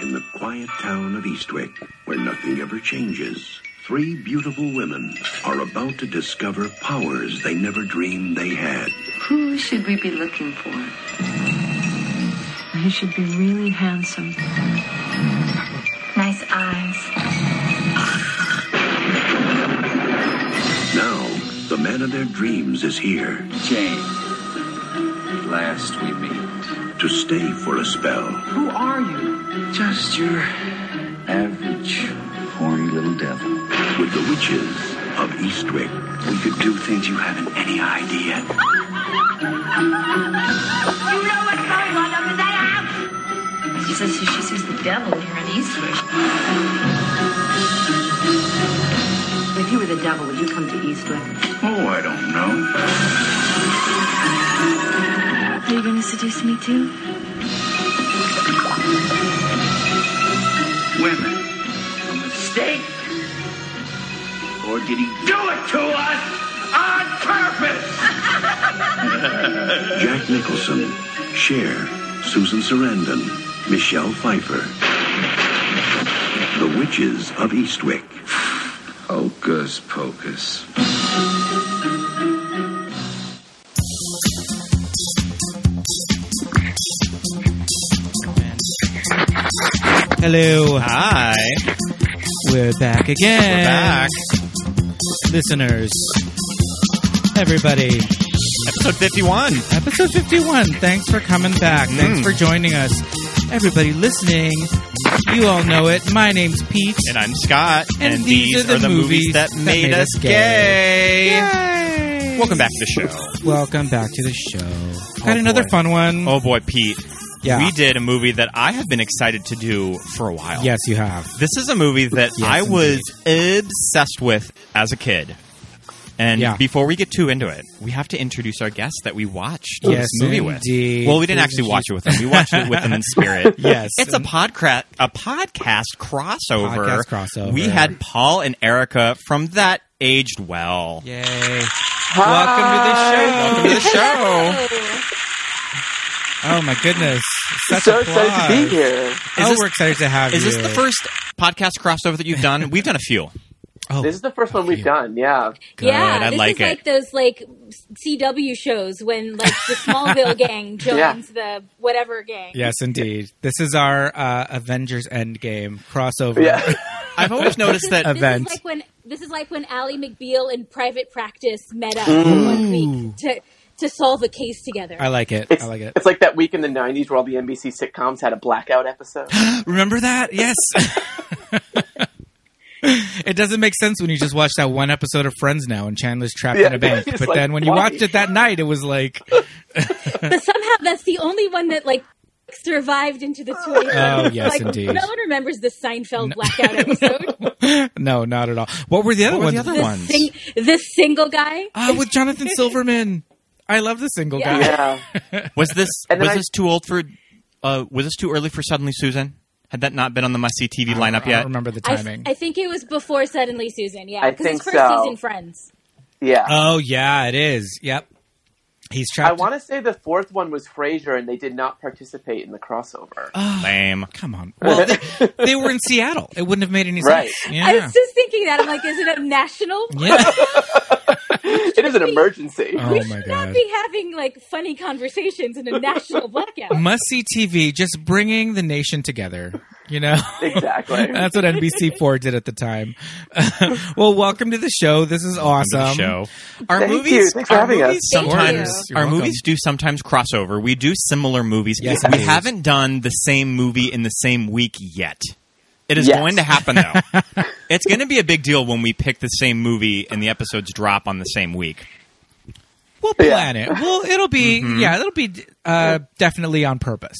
in the quiet town of Eastwick, where nothing ever changes, three beautiful women are about to discover powers they never dreamed they had. Who should we be looking for? He should be really handsome. Nice eyes. Now, the man of their dreams is here Jane, last we meet. to stay for a spell. Who are you? Just your average horny little devil. With the witches of Eastwick, We could do things you haven't any idea. You know what's going on over there? She says she sees the devil here in Eastwood. If you were the devil, would you come to Eastwick? Oh, I don't know. Are you going to seduce me too? Women, a mistake. Or did he do it to us on purpose? Jack Nicholson, Cher, Susan Sarandon, Michelle Pfeiffer. The Witches of Eastwick. Hocus pocus. Hello, hi. We're back again. We're back. Listeners, everybody, Episode 51. episode 51. Thanks for coming back. Hmm. Thanks for joining us. Everybody listening, you all know it. My name's Pete. And I'm Scott. And these, are the, movies, that, made, us gay. Yay! Welcome back to the show. Welcome back to the show. Got Oh, another boy. fun one. Oh boy, Pete. Yeah. We did a movie that I have been excited to do for a while. Yes, you have. This is a movie that Yes, I was obsessed with as a kid. And Yeah. before we get too into it, we have to introduce our guest that we watched Yes, this movie indeed. with. Well, we didn't actually watch it with them. We watched it with them in spirit. Yes. It's a podcast a podcast crossover. Podcast crossover. We had Paul and Erica from that aged well. Yay. Welcome to the show. Welcome to the show. Oh my goodness! Such so applause. excited to be here. Oh, Is this- we're excited to have Is you. this the first podcast crossover that you've done? We've done a few. Oh, This is the first one we've you. done. Yeah. Good. yeah, I this like is it. like those like CW shows when like the Smallville gang joins the whatever gang. yes, indeed. This is our uh, Avengers Endgame crossover. Yeah. I've always noticed that This event. is like when this is like when Ally McBeal and Private Practice met up for one week to to solve a case together. I like it. It's, I like it. it's like that week in the 90s where all the NBC sitcoms had a blackout episode. Remember that? Yes. it doesn't make sense when you just watch that one episode of Friends now and Chandler's trapped Yeah, in a bank. it's But like, then when you why? watched it that night, it was like, but somehow that's the only one that like survived into the 20s. Oh, yes, like, indeed. No one remembers the Seinfeld blackout episode. no, not at all. What were the other What were ones? the other The ones? sing- the single guy. Ah, with Jonathan Silverman. I love the single Yeah. guy. yeah. was this And was then I- this too old for? Uh, was this too early for Suddenly Susan? Had that not been on the must see TV I lineup don't yet? remember the I, timing. I think it was before Suddenly Susan. Yeah, I because it's think first so. season Friends. Yeah. oh yeah, it is. Yep. He's trapped. I want to say the fourth one was Frasier, and they did not participate in the crossover. Oh. Lame. Ah, Come on. Well, they, they were in Seattle. It wouldn't have made any Right. sense. Yeah. I was just thinking that. I'm like, is it a national? yeah. it is an emergency. Oh we my should God. not be having like funny conversations in a national blackout. Must see TV, just bringing the nation together. You know, Exactly. that's what NBC4 did at the time. well, welcome to the show. This is awesome. The show. Our Thank movies. you. Thanks for our having us. movies Thank Sometimes you. You're our welcome. movies do sometimes crossover. We do similar movies. Yes, we indeed. haven't done the same movie in the same week yet. It is Yes. going to happen though. it's going to be a big deal when we pick the same movie and the episodes drop on the same week. We'll Yeah. plan it. Well, it'll be yeah, it'll be uh, definitely on purpose,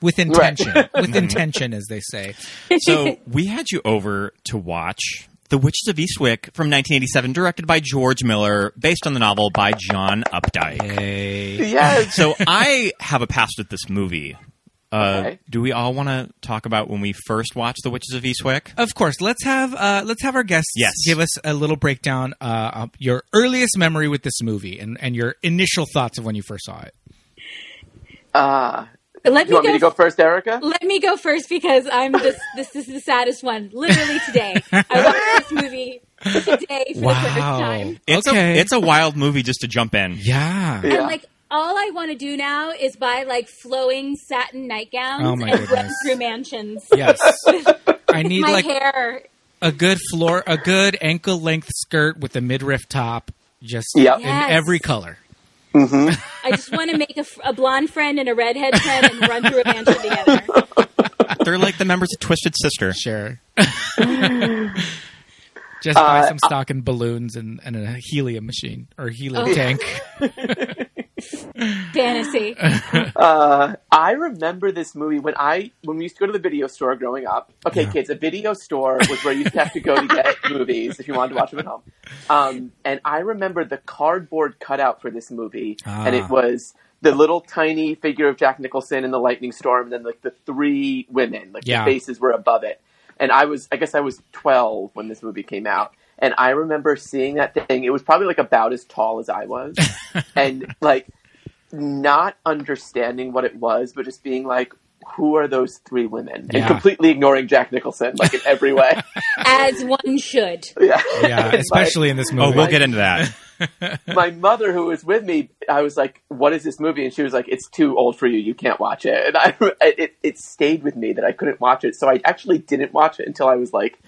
with intention, with intention, as they say. So we had you over to watch The Witches of Eastwick from 1987, directed by George Miller, based on the novel by John Updike. Hey. yes. So I have a past with this movie. Uh, Okay. Do we all want to talk about when we first watched The Witches of Eastwick? Of course, let's have uh, let's have our guests Yes. give us a little breakdown uh, of your earliest memory with this movie and, and your initial thoughts of when you first saw it. Uh, Let Do you me want me go to go first, Erica? Let me go first because I'm this. This is the saddest one. Literally today, I watched this movie today for the first time, It's okay. a it's a wild movie just to jump in. yeah. Yeah. and like all I want to do now is buy like flowing satin nightgowns Oh, my and run goodness. through mansions. Yes. I need my like hair. a good floor, a good ankle length skirt with a midriff top, just Yep. in Yes. every color. I just want to make a, f- a blonde friend and a redhead friend and run through a mansion together. They're like the members of Twisted Sister. Sure. just buy Uh, some stock in balloons and, and a helium machine or helium Oh. tank. Fantasy. Uh, I remember this movie when I when we used to go to the video store growing up. Okay, kids, a video store was where you used to have to go to get movies if you wanted to watch them at home. Um, and I remember the cardboard cutout for this movie, and Ah. it was the little tiny figure of Jack Nicholson in the lightning storm, and then like the three women, like Yeah. the faces were above it. And I was, I guess, I was twelve when this movie came out. And I remember seeing that thing. It was probably like about as tall as I was, and like not understanding what it was, but just being like, who are those three women? Yeah. And completely ignoring Jack Nicholson, like in every way. As one should. yeah. And Yeah, my- especially in this movie. Oh, we'll get into that. My, mother, who was with me, I was like, what is this movie? And she was like, it's too old for you. You can't watch it. And I, it, it stayed with me that I couldn't watch it. So I actually didn't watch it until I was like,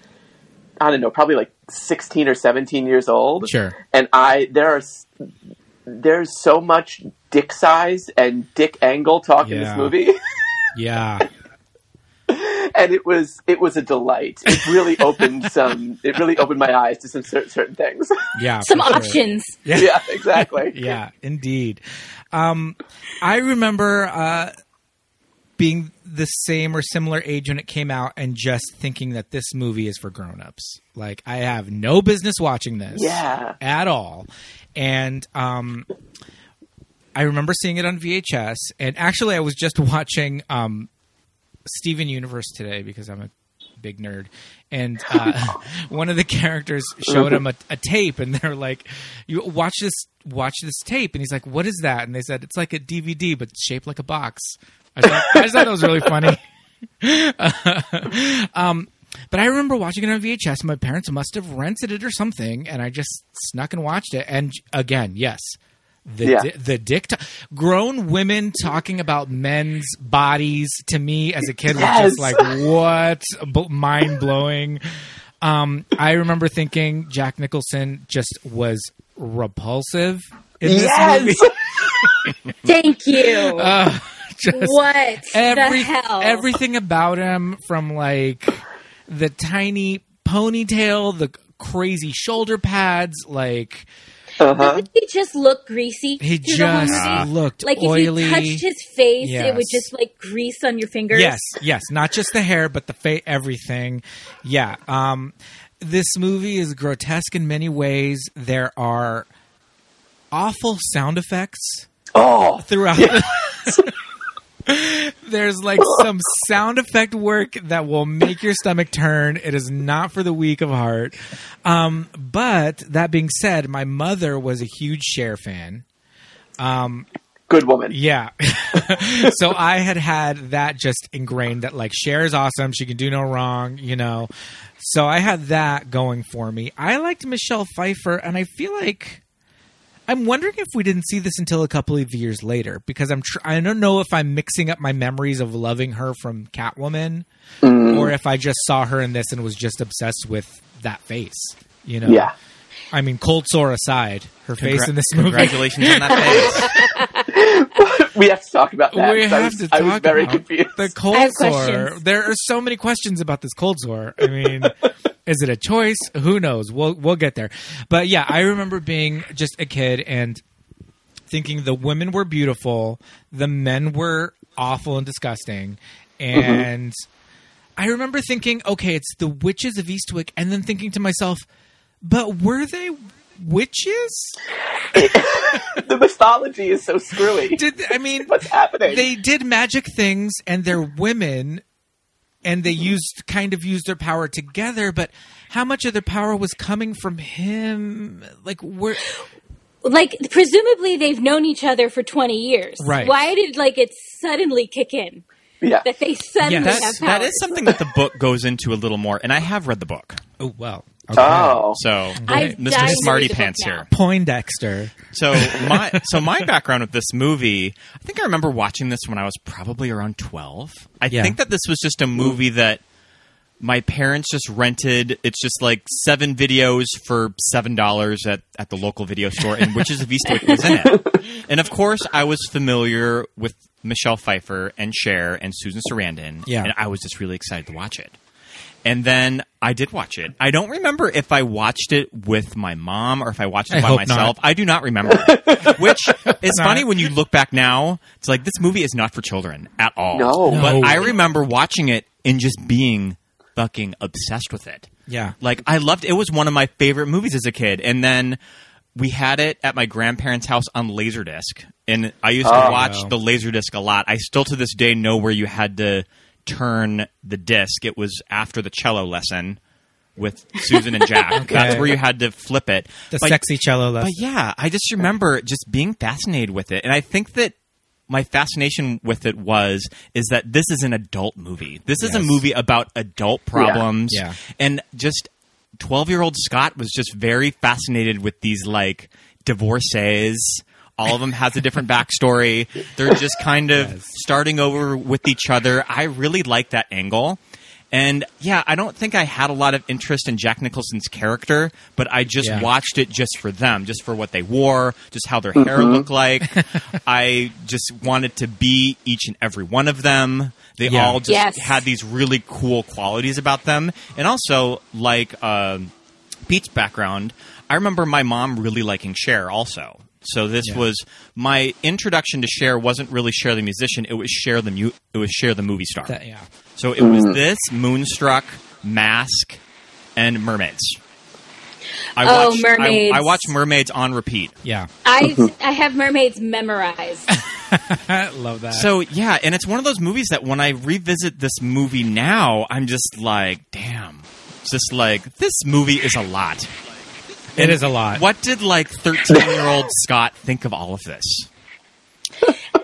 I don't know, probably like 16 or 17 years old. Sure. And I, there are, s- there's so much dick size and dick angle talk in Yeah. this movie. Yeah. and it was it was a delight. It really opened some. It really opened my eyes to some cer- certain things. Yeah. Some for sure. options. yeah, exactly. Yeah, indeed. Um, I remember uh, being the same or similar age when it came out and just thinking that this movie is for grown-ups. Like I have no business watching this Yeah. at all. And um, I remember seeing it on VHS and actually I was just watching um, Steven Universe today because I'm a big nerd. And uh, one of the characters showed him a, a tape, and they're like, "You watch this, watch this tape." And he's like, "What is that?" And they said, "It's like a DVD, but shaped like a box." I, thought, I just thought that was really funny. um, but I remember watching it on VHS. My parents must have rented it or something, and I just snuck and watched it. And again, yes. The, Yeah. di- the dick, t- grown women talking about men's bodies to me as a kid was just Yes. like what B- mind blowing. Um, I remember thinking Jack Nicholson just was repulsive in this movie. Yes, Thank you. Uh, just what every- the hell? everything about him from like the tiny ponytail, the crazy shoulder pads, like uh-huh. Doesn't he just look greasy? he through the whole just movie? looked like oily. if you touched his face, it would Yes. just like grease on your fingers. Yes, yes, not just the hair, but the face, everything. Yeah, um, this movie is grotesque in many ways. There are awful sound effects Oh, throughout. There's like some sound effect work that will make your stomach turn. It is not for the weak of heart. Um, but that being said, my mother was a huge Cher fan. good woman. Yeah. so I had had that just ingrained that like Cher is awesome. She can do no wrong, you know. So I had that going for me. I liked Michelle Pfeiffer, and I feel like I'm wondering if we didn't see this until a couple of years later because I'm tr- I don't know if I'm mixing up my memories of loving her from Catwoman or if I just saw her in this and was just obsessed with that face, you know. Yeah, I mean, cold sore aside, her face Congra- in this movie. Congratulations on that face. we have to talk about that. we 'cause have I was, to talk I was very about confused. the cold I have sore. questions. There are so many questions about this cold sore. I mean, is it a choice? Who knows? We'll we'll get there. But yeah, I remember being just a kid and thinking the women were beautiful, the men were awful and disgusting, Mm-hmm. and I remember thinking, okay, it's the witches of Eastwick, and then thinking to myself, but were they witches? the mythology is so screwy. Did I mean? What's happening? they did magic things and they're women and they used kind of used their power together but how much of their power was coming from him like where like presumably they've known each other for 20 years Right. why did like it suddenly kick in Yeah. that they Yes. suddenly have That's, power that is something that the book goes into a little more, and I have read the book. Oh well. Okay. Oh. So, I've died Mr. to Smarty read the book Pants now. here. Poindexter. So my so my background with this movie, I think I remember watching this when I was probably around twelve. I Yeah. think that this was just a movie that my parents just rented. It's just like seven videos for seven dollars at, at the local video store, and Witches of Eastwick was in it. And of course, I was familiar with Michelle Pfeiffer and Cher and Susan Sarandon, Yeah. and I was just really excited to watch it. And then I did watch it. I don't remember if I watched it with my mom or if I watched it I by hope not. myself. I do not remember. Which is funny when you look back now. It's like this movie is not for children at all. No. No. But I remember watching it and just being fucking obsessed with it. Yeah. Like I loved it was one of my favorite movies as a kid. And then we had it at my grandparents' house on Laserdisc. And I used to watch Wow. the Laserdisc a lot. I still to this day know where you had to turn the disc. It was after the cello lesson with Susan and Jack. That's where you had to flip it. The But- sexy cello but lesson. yeah, I just remember just being fascinated with it, and I think that my fascination with it was is that this is an adult movie. This is a Yes. movie about adult problems, Yeah. and just twelve year old Scott was just very fascinated with these like divorces. All of them has a different backstory. They're just kind of starting over with each other. I really like that angle. And yeah, I don't think I had a lot of interest in Jack Nicholson's character, but I just Yeah. watched watched it just for them, just for what they wore, just how their hair looked like. I just wanted to be each and every one of them. They Yeah. all just Yes. had these really cool qualities about them. And also, like um Pete's background, I remember my mom really liking Cher also. So this was my introduction to Cher wasn't really Cher the musician, it was Cher the mu- it was Cher the movie star. That- yeah. So it was this Moonstruck, Mask, and Mermaids. I Oh, watched, Mermaids. I, I watched Mermaids on repeat. Yeah. I, I have mermaids memorized I love that. So yeah, and it's one of those movies that when I revisit this movie now, I'm just like, damn. It's just like this movie is a lot. it is a lot. What did like 13 year old Scott think of all of this?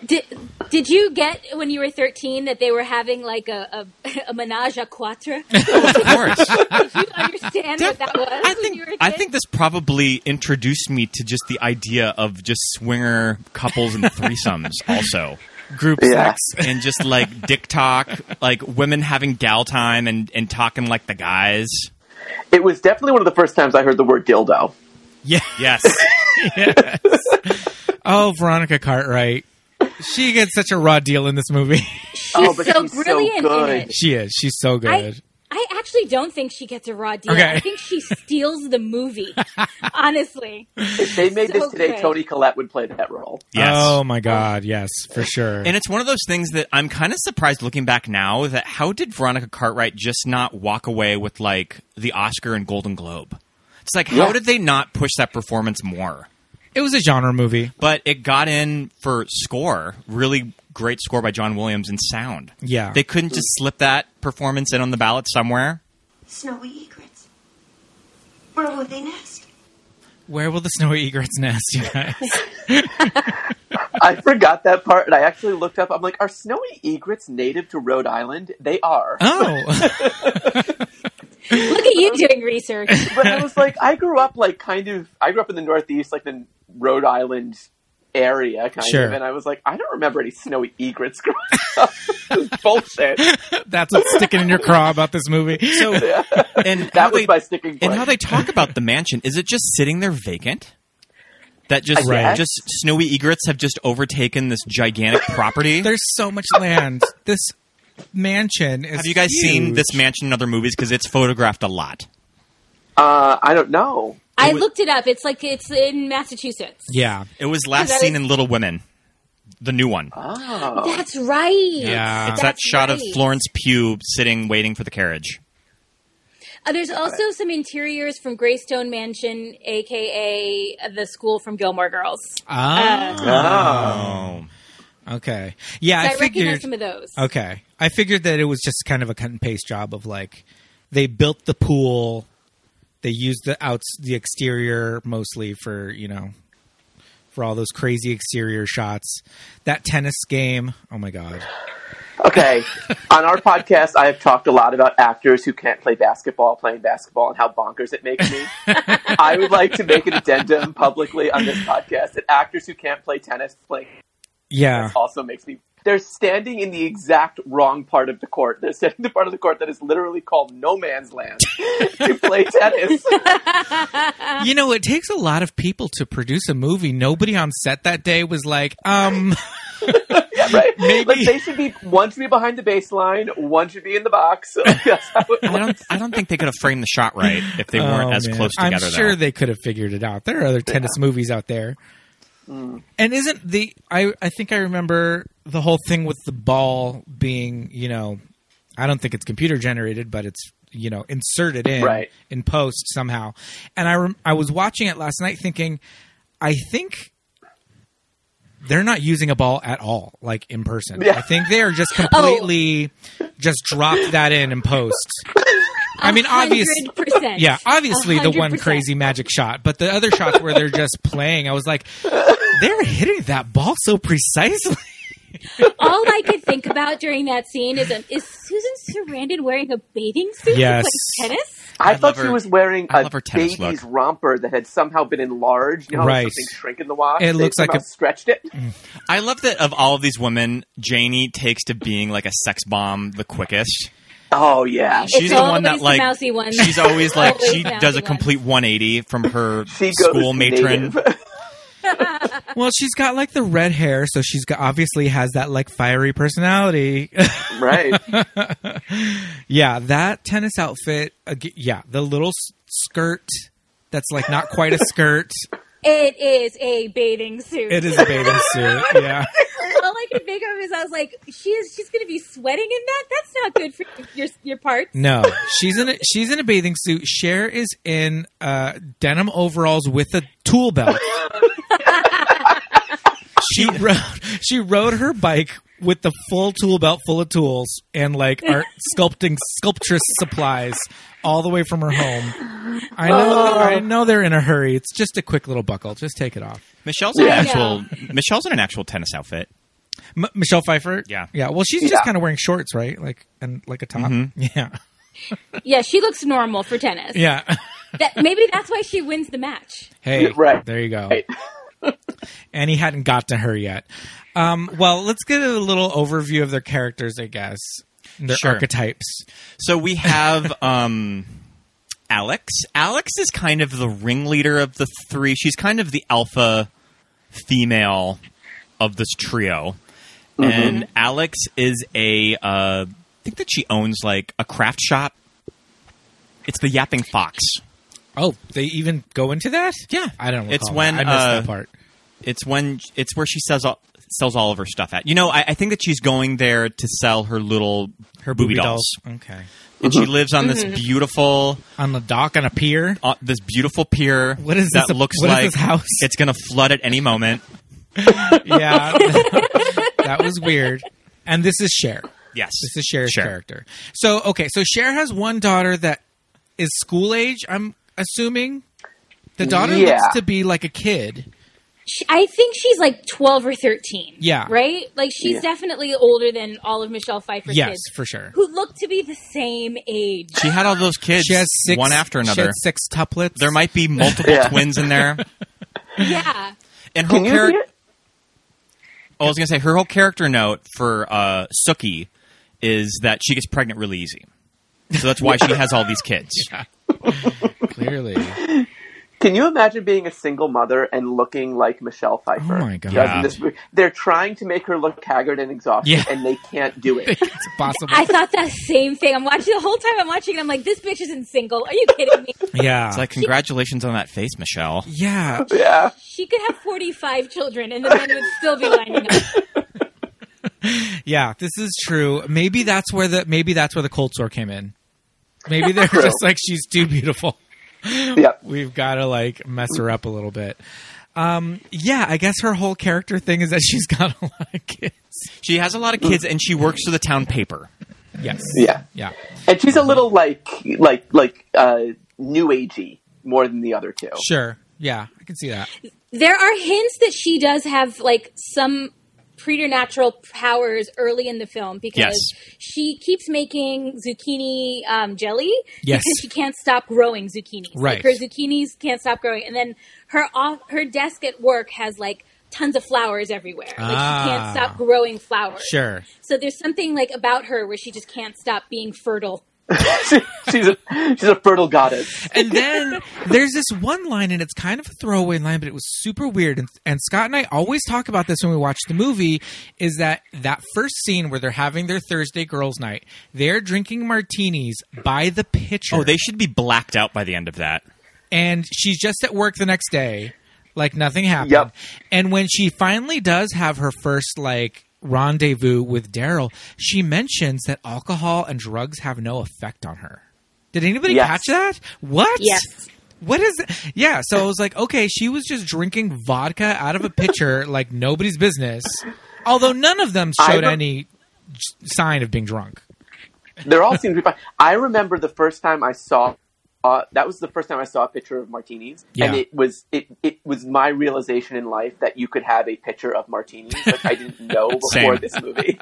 did, did you get when you were 13 that they were having like a, a, a menage a quatre did Of course. you understand what that was I when you think were a I kid? think this probably introduced me to just the idea of just swinger couples and threesomes also. Group Yeah. sex. and just like dick talk, like women having gal time and, and talking like the guys. It was definitely one of the first times I heard the word dildo. Yeah. Yes. Oh, Veronica Cartwright. She gets such a raw deal in this movie. oh, but so she's brilliant in so good. it. she is. She's so good. I actually don't think she gets a raw deal. Okay. I think she steals the movie. honestly, If they made So this today, good. Tony Collette would play that role. yes. Oh my god, yes, for sure. And it's one of those things that I'm kind of surprised looking back now that how did Veronica Cartwright just not walk away with like the Oscar and Golden Globe? It's like, how Yeah. did they not push that performance more? it was a genre movie. But it got in for score, really great score by John Williams and sound. Yeah. They couldn't just slip that performance in on the ballot somewhere. Snowy egrets. Where will they nest? Where will the snowy egrets nest, you guys? I forgot that part, and I actually looked up. I'm like, are snowy egrets native to Rhode Island? They are. Oh. look at you doing research. But I was like, I grew up like kind of. I grew up in the Northeast, like the Rhode Island area, kind Sure. of, and I was like, I don't remember any snowy egrets growing up. this is bullshit. That's what's sticking in your craw about this movie. So And how That was they- my sticking point. And how they talk about the mansion is it just sitting there vacant? That just I guess. just snowy egrets have just overtaken this gigantic property. there's so much land. This mansion is have you guys seen huge. this mansion in other movies because it's photographed a lot? uh, I don't know. I looked it up. It's like it's in Massachusetts. Yeah. It was last that seen is- in Little Women, the new one. Oh, That's right. Yeah. it's that That's shot of right. Florence Pugh sitting waiting for the carriage. Uh, there's also some interiors from Greystone Mansion, aka the school from Gilmore Girls. Ah. Oh, okay. Yeah, So Uh, I, I figured recognize some of those. Okay. I figured that it was just kind of a cut and paste job of like they built the pool, they used the outs the exterior mostly for, you know, for all those crazy exterior shots. That tennis game. Oh my god. Okay. On our podcast, I have talked a lot about actors who can't play basketball playing basketball and how bonkers it makes me. I would like to make an addendum publicly on this podcast that actors who can't play tennis playing Yeah. also makes me. They're standing in the exact wrong part of the court. They're standing in the part of the court that is literally called no man's land to play tennis. You know, it takes a lot of people to produce a movie. Nobody on set that day was like, um, Right? Maybe. Like they should be one should be behind the baseline, one should be in the box. That's how it I don't. I don't think they could have framed the shot right if they weren't oh, as man. close I'm together. sure though. they could have figured it out. There are other tennis movies out there. Mm. And isn't the I I think I remember the whole thing with the ball being, you know, I don't think it's computer generated, but it's you know inserted in Right. in post somehow. And I rem- I was watching it last night thinking I think they're not using a ball at all like in person. Yeah. Oh. I think they are just completely just dropped that in in post. I mean obviously 100%. yeah, obviously the one 100%. crazy magic shot, but the other shots where they're just playing, I was like, they're hitting that ball so precisely. All I could think about during that scene is is Susan Sarandon wearing a bathing suit Yes. to play tennis? I, I thought love she her- was wearing I a love her tennis baby's romper that had somehow been enlarged. You know, how Right. something shrink in the wash. It They looks like somehow a- Mm. stretched it. I love that of all of these women, Janie takes to being like a sex bomb the quickest. Oh yeah, She's the one that always the like mousy one. she's always like Always she the does a mousy one. complete 180 from her she goes school matron. native. Well, she's got like the red hair, so she's got, obviously has that like fiery personality. right? yeah, that tennis outfit. ag- Yeah, the little s- skirt that's like not quite a skirt. It is a bathing suit. It is a bathing suit. Yeah. All I could think of is I was like, she is she's going to be sweating in that. That's not good for your your part. No, she's in a she's in a bathing suit. Cher is in uh, denim overalls with a tool belt. she rode she rode her bike with the full tool belt full of tools and like art sculpting sculptress supplies all the way from her home. I know I know they're in a hurry. It's just a quick little buckle. Just take it off. Michelle's in an Yeah. actual Michelle's in an actual tennis outfit. M- Michelle Pfeiffer. Yeah. yeah. Well, she's just Yeah. kind of wearing shorts, right? Like and like a top. Yeah, Yeah, she looks normal for tennis. yeah. That, maybe that's why she wins the match. Hey, Right. there you go. Right. and he hadn't got to her yet. Um, well, let's get a little overview of their characters, I guess. Their Sure. archetypes. So we have um, Alex. Alex is kind of the ringleader of the three. She's kind of the alpha female of this trio. And Alex is a. Uh, I think that she owns like a craft shop. It's the Yapping Fox. Oh, they even go into that? Yeah. I don't recall. It's when, that. I missed uh, that part. It's when it's where she sells all, sells all of her stuff at. You know, I, I think that she's going there to sell her little Her booby, dolls. Okay. and she lives on this beautiful On the dock on a pier. uh, this beautiful pier. What is that? this- looks what is like this house? It's going to flood at any moment. Yeah. that was weird. And this is Cher. Yes, This is Cher's Cher. character. So, okay. So Cher has one daughter that is school age, I'm assuming. The daughter Yeah. looks to be like a kid. She, I think she's like twelve or thirteen. Yeah. right. Like she's Yeah. definitely older than all of Michelle Pfeiffer's yes, kids, for sure. who look to be the same age. She had all those kids, She has six. one after she another. had six tuplets. There might be multiple Yeah. twins in there, yeah, and her Can you see character. it? Oh, I was going to say her whole character note for uh, Suki is that she gets pregnant really easy, so that's why she has all these kids. clearly. Can you imagine being a single mother and looking like Michelle Pfeiffer? Oh, my God. does in Yeah. this movie? They're trying to make her look haggard and exhausted, Yeah. and they can't do it. it's possible. I thought that same thing. I'm watching the whole time. I'm watching, and I'm like, this bitch isn't single. Are you kidding me? yeah. It's like congratulations on that face, Michelle. yeah. yeah, She could have 45 children, and the men would still be lining up. Yeah, this is true. Maybe that's where the maybe that's where the cold sore came in. Maybe they're just like she's too beautiful. yeah. We've got to like mess her up a little bit. Um, yeah, I guess her whole character thing is that she's got a lot of kids. She has a lot of kids, and she works for the town paper. Yes. Yeah. Yeah. And she's a little like like like uh, new agey more than the other two. Sure. Yeah. I can see that. There are hints that she does have like some preternatural powers early in the film because she keeps making zucchini um, jelly Yes. because she can't stop growing zucchinis. Right. Like her zucchinis can't stop growing, and then her off, her desk at work has like tons of flowers everywhere. Like she Ah. can't stop growing flowers. Sure. So there's something like about her where she just can't stop being fertile. she's a she's a fertile goddess. And then there's this one line, and it's kind of a throwaway line, but it was super weird. And, and Scott and I always talk about this when we watch the movie is that that first scene where they're having their Thursday girls' night, they're drinking martinis by the pitcher. Oh, they should be blacked out by the end of that. and she's just at work the next day, like nothing happened. Yep. And when she finally does have her first like rendezvous with Daryl, she mentions that alcohol and drugs have no effect on her. Did anybody Yes. catch that? What? Yes. What is Yeah, so I was like, okay, she was just drinking vodka out of a pitcher like nobody's business. Although none of them I showed re- any j- sign of being drunk. They're all seem to be fine. I remember the first time I saw. Uh, that was the first time I saw a picture of martinis, and Yeah. it was it, it was my realization in life that you could have a picture of martinis, which I didn't know before Same. this movie.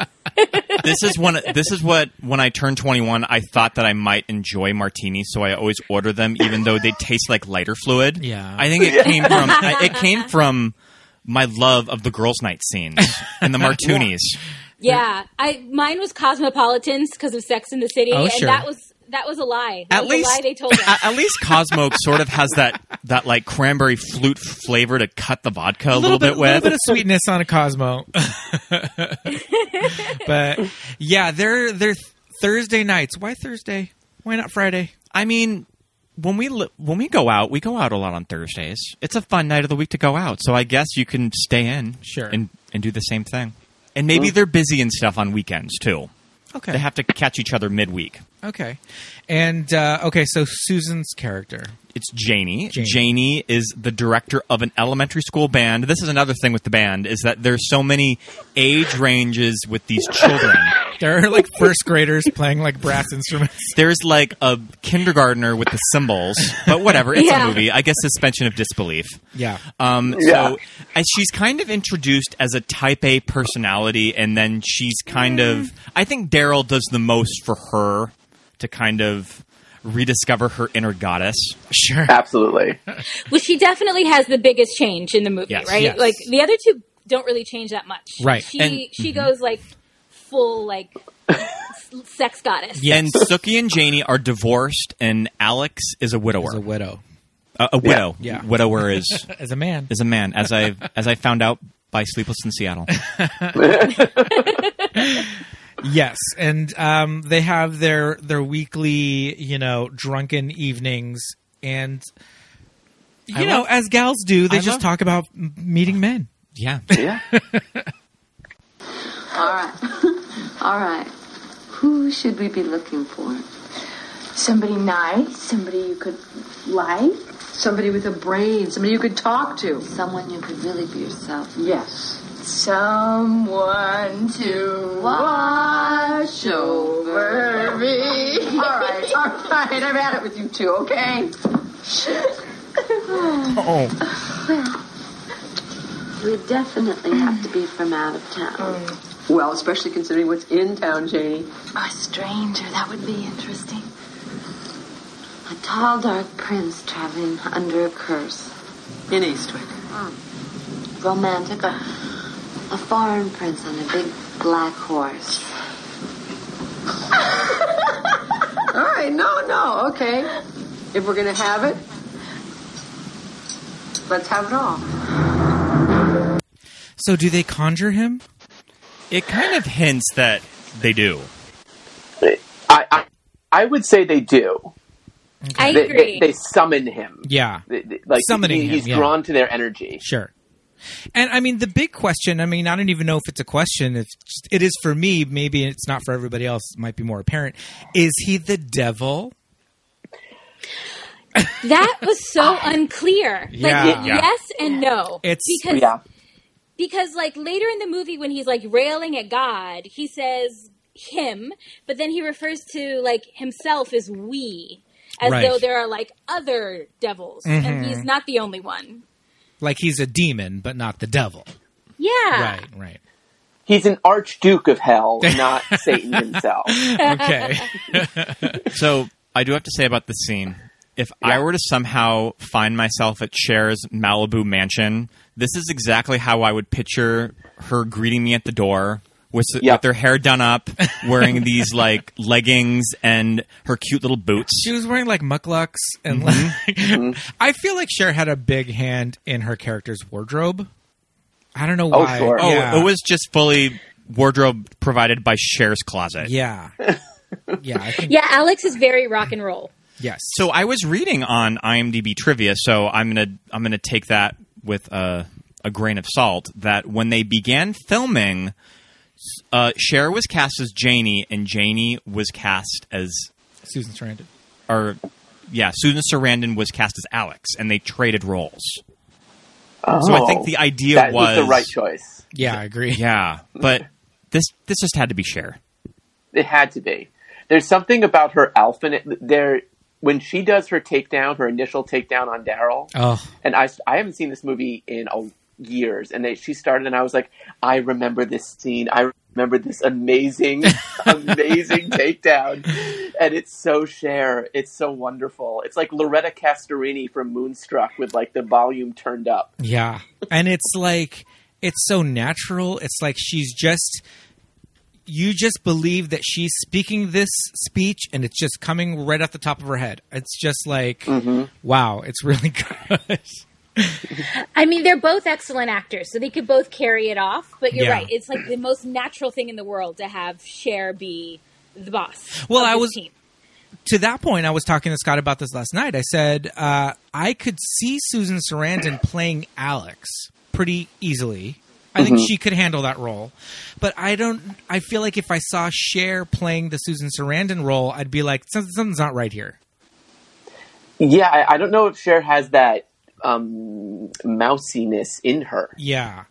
This is one. This is what when I turned 21, I thought that I might enjoy martinis, so I always order them, even though they taste like lighter fluid. Yeah. I think it came from. I, it came from my love of the girls' night scenes and the martinis. Yeah, I mine was Cosmopolitans because of Sex in the City, Oh, and sure. that was that was a lie. That At was a least- lie they told us. A- At least Cosmo sort of has that that like cranberry flute flavor to cut the vodka a, little, bit, little with. bit of sweetness on a Cosmo. but yeah, they're they're Thursday nights. Why Thursday? Why not Friday? I mean, when we li- when we go out, we go out a lot on Thursdays. It's a fun night of the week to go out, so I guess you can stay in, Sure. and and do the same thing. And maybe they're busy and stuff on weekends too. Okay. They have to catch each other midweek. okay. And uh, okay, so Susan's character. It's Janie. Janie. Janie. is the director of an elementary school band. This is another thing with the band is that there's so many age ranges with these children. They're like first graders playing like brass instruments. There's like a kindergartner with the cymbals, but whatever. It's Yeah. a movie. I guess suspension of disbelief. Yeah. Um, Yeah. So as she's kind of introduced as a type A personality, and then she's kind of. I think Daryl does the most for her to kind of rediscover her inner goddess. Sure. Absolutely, well, she definitely has the biggest change in the movie, Yes. right? Yes. Like the other two don't really change that much, Right. mm-hmm. She And- she goes like full like s- sex goddess. Yes. And Sookie and Janie are divorced, and Alex is a widower. As Uh, a widow, a, a widow. Yeah. Widower is as a man. is a man, as I as I found out by Sleepless in Seattle. Yes, and um, they have their their weekly, you know, drunken evenings, and you I know, love- as gals do, they I just love- talk about m- meeting men. Yeah. yeah. All right. All right. Who should we be looking for? Somebody nice, somebody you could like. Somebody with a brain, somebody you could talk to. Someone you could really be yourself. Yes. Someone to watch over me. All right, all right. I'm at it with you two, okay? Oh, We definitely have to be from out of town. Mm. Well, especially considering what's in town, Janie. A stranger, that would be interesting. A tall, dark prince traveling under a curse. Hmm. In Eastwick. Romantic. A, a foreign prince on a big black horse. All right, no, no, okay. If we're gonna have it, let's have it all. so do they conjure him? It kind of hints that they do. I, I I would say they do. I They, agree. they, they summon him. Yeah, They- they- Like Summoning he- him, he's yeah. drawn to their energy. sure. And I mean, the big question. I mean, I don't even know if it's a question. If it is for me, maybe it's not for everybody else. It might be more apparent. Is he the devil? That was so unclear. Yeah. Like Yeah. yes and no. It's- because Yeah. because like later in the movie when he's like railing at god he says him but then he refers to like himself as we as Right. Mm-hmm. though there are like other devils and he's not the only one Like he's a demon, but not the devil. Yeah. Right, right. He's an archduke of hell, not Satan himself. Okay. so I do have to say about this scene. If I were to somehow find myself at Cher's Malibu mansion, this is exactly how I would picture her greeting me at the door with, with her hair done up, wearing these like leggings and her cute little boots. She was wearing like mucklucks Mm-hmm. and like. I feel like Cher had a big hand in her character's wardrobe. I don't know Oh, why. sure. Oh, yeah. it was just fully wardrobe provided by Cher's closet. Yeah. yeah. I think, Yeah, Alex is very rock and roll. Yes. So I was reading on IMDb trivia, so I'm gonna I'm gonna take that with a, a grain of salt. That when they began filming, uh, Cher was cast as Janie, and Janie was cast as Susan Sarandon. or yeah, Susan Sarandon was cast as Alex, and they traded roles. so I think the idea Oh, that was, the right choice. Yeah, I agree. Yeah, but this this just had to be Cher. It had to be. There's something about her alpha. There, when she does her takedown, her initial takedown on Daryl, Oh. and I, I haven't seen this movie in a, years. And they, she started, and I was like, I remember this scene. I remember this amazing, amazing takedown. And it's so Cher. It's so wonderful. It's like Loretta Castorini from Moonstruck with like the volume turned up. Yeah. And it's like it's so natural. It's like she's just you just believe that she's speaking this speech and it's just coming right off the top of her head. It's just like wow, it's really good. I mean, they're both excellent actors, so they could both carry it off. But you're Yeah. right; it's like the most natural thing in the world to have Cher be the boss. Well, of I the was- Team. to that point, I was talking to Scott about this last night. I said uh, I could see Susan Sarandon playing Alex pretty easily. I think Mhm. she could handle that role, but I don't. I feel like if I saw Cher playing the Susan Sarandon role, I'd be like, something, something's not right here. Yeah, I, I don't know if Cher has that um, mousiness in her. Yeah,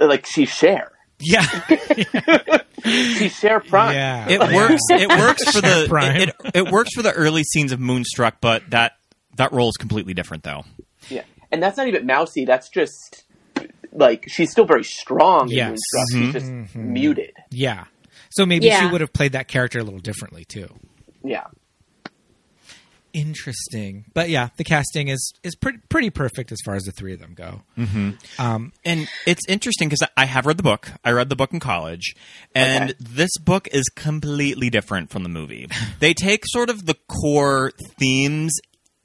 Like she's Cher. Yeah. she's Cher Prime. Yeah. It works. It works for the it, it, it works for the early scenes of Moonstruck, but that that role is completely different, though. Yeah, and that's not even mousy. That's just like she's still very strong. Yes. in Moonstruck. Mhm. She's just muted. yeah. So maybe she Yeah. would have played that character a little differently too. Yeah, Interesting, but yeah, the casting is is pretty pretty perfect as far as the three of them go. Mm-hmm. Um, And it's interesting because I have read the book. I read the book in college, and this book is completely different from the movie. They take sort of the core themes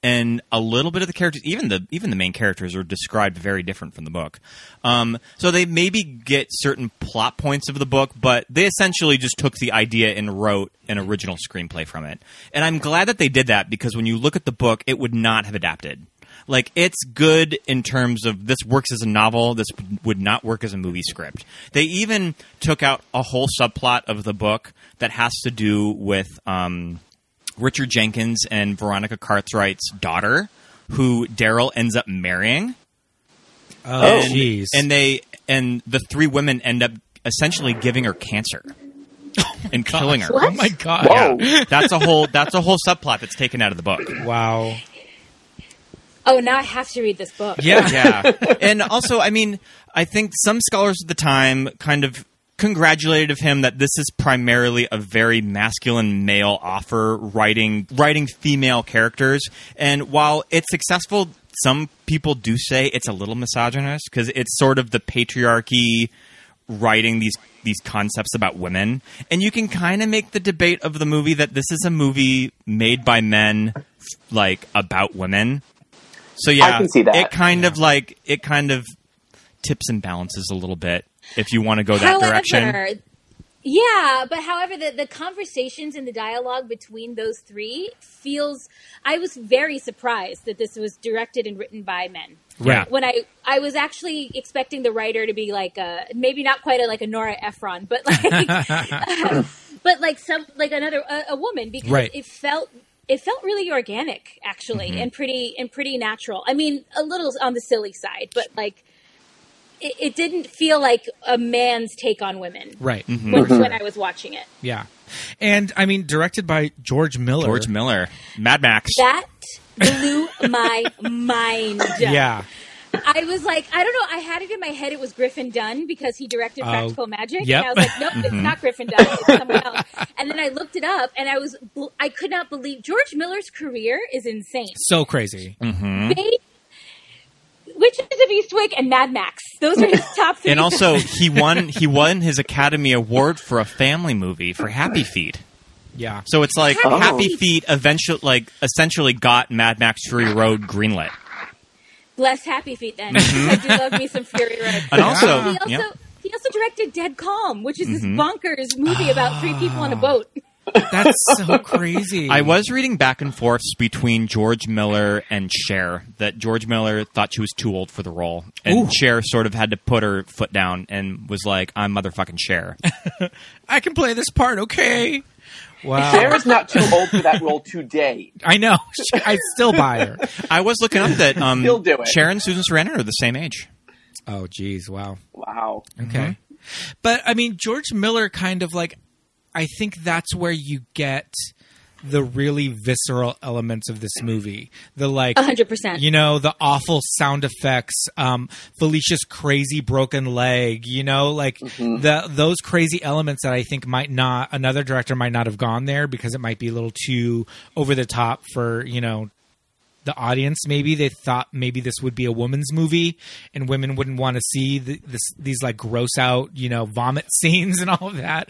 and a little bit of the characters. Even the even the main characters are described very different from the book. Um, so they maybe get certain plot points of the book, but they essentially just took the idea and wrote an original screenplay from it. And I'm glad that they did that because when you look at the book, it would not have adapted. Like it's good in terms of this works as a novel. This would not work as a movie script. They even took out a whole subplot of the book that has to do with um, Richard Jenkins and Veronica Cartwright's daughter, who Daryl ends up marrying. Oh, And- jeez. And they and the three women end up essentially giving her cancer and killing her. What? Oh, my God. Yeah. Whoa. that's a whole that's a whole subplot that's taken out of the book. Wow. Oh, now I have to read this book. Yeah. yeah. And also, I mean, I think some scholars at the time kind of congratulated of him that this is primarily a very masculine male offer writing writing female characters and while it's successful some people do say it's a little misogynist cuz it's sort of the patriarchy writing these these concepts about women and you can kind of make the debate of the movie that this is a movie made by men like about women so yeah I can see that. it kind of like it kind of tips and balances a little bit if you want to go that however, direction Yeah, but however, the, the conversations and the dialogue between those three feels. I was very surprised that this was directed and written by men. Yeah. When I I was actually expecting the writer to be like a maybe not quite a, like a Nora Ephron, but like um, but like some like another a, a woman because Right. it felt it felt really organic actually Mm-hmm. Mhm. and pretty and pretty natural. I mean, a little on the silly side, but like it, it didn't feel like a man's take on women. Right. Mhm. When, Mhm. when I was watching it. Yeah. And I mean, directed by George Miller. George Miller, Mad Max. That blew my mind. Yeah. I was like, I don't know. I had it in my head it was Griffin Dunn because he directed Oh, Practical Magic, yep. and I was like, nope, it's Mhm. not Griffin Dunn. It's someone else. And then I looked it up, and I was, I could not believe George Miller's career is insane. so crazy. Mm-hmm. Babe, Witches of Eastwick and Mad Max. Those are his top three. And also, he won he won his Academy Award for a family movie for Happy Feet. Yeah. So it's like Oh. Happy Feet eventually like essentially got Mad Max Fury Road greenlit. Bless Happy Feet then. I do love me some Fury Road. And also- he also, yeah. he also directed Dead Calm, which is this Mhm. bonkers movie about three people on a boat. That's so crazy. I was reading back and forths between George Miller and Cher that George Miller thought she was too old for the role, and Ooh. Cher sort of had to put her foot down and was like, "I'm motherfucking Cher." I can play this part, okay? Wow. Cher is not too old for that role today. I know. I still buy her. I was looking up that um, Still do it. Cher and Susan Sarandon are the same age. Oh, geez, wow. Wow. Okay. Mm-hmm. But I mean, George Miller kind of like, I think that's where you get the really visceral elements of this movie. The like, 100%. You know, the awful sound effects, um, Felicia's crazy broken leg. You know, like the those crazy elements that I think might not another director might not have gone there because it might be a little too over the top for you know the audience maybe they thought maybe this would be a woman's movie and women wouldn't want to see the, this, these like gross out you know vomit scenes and all of that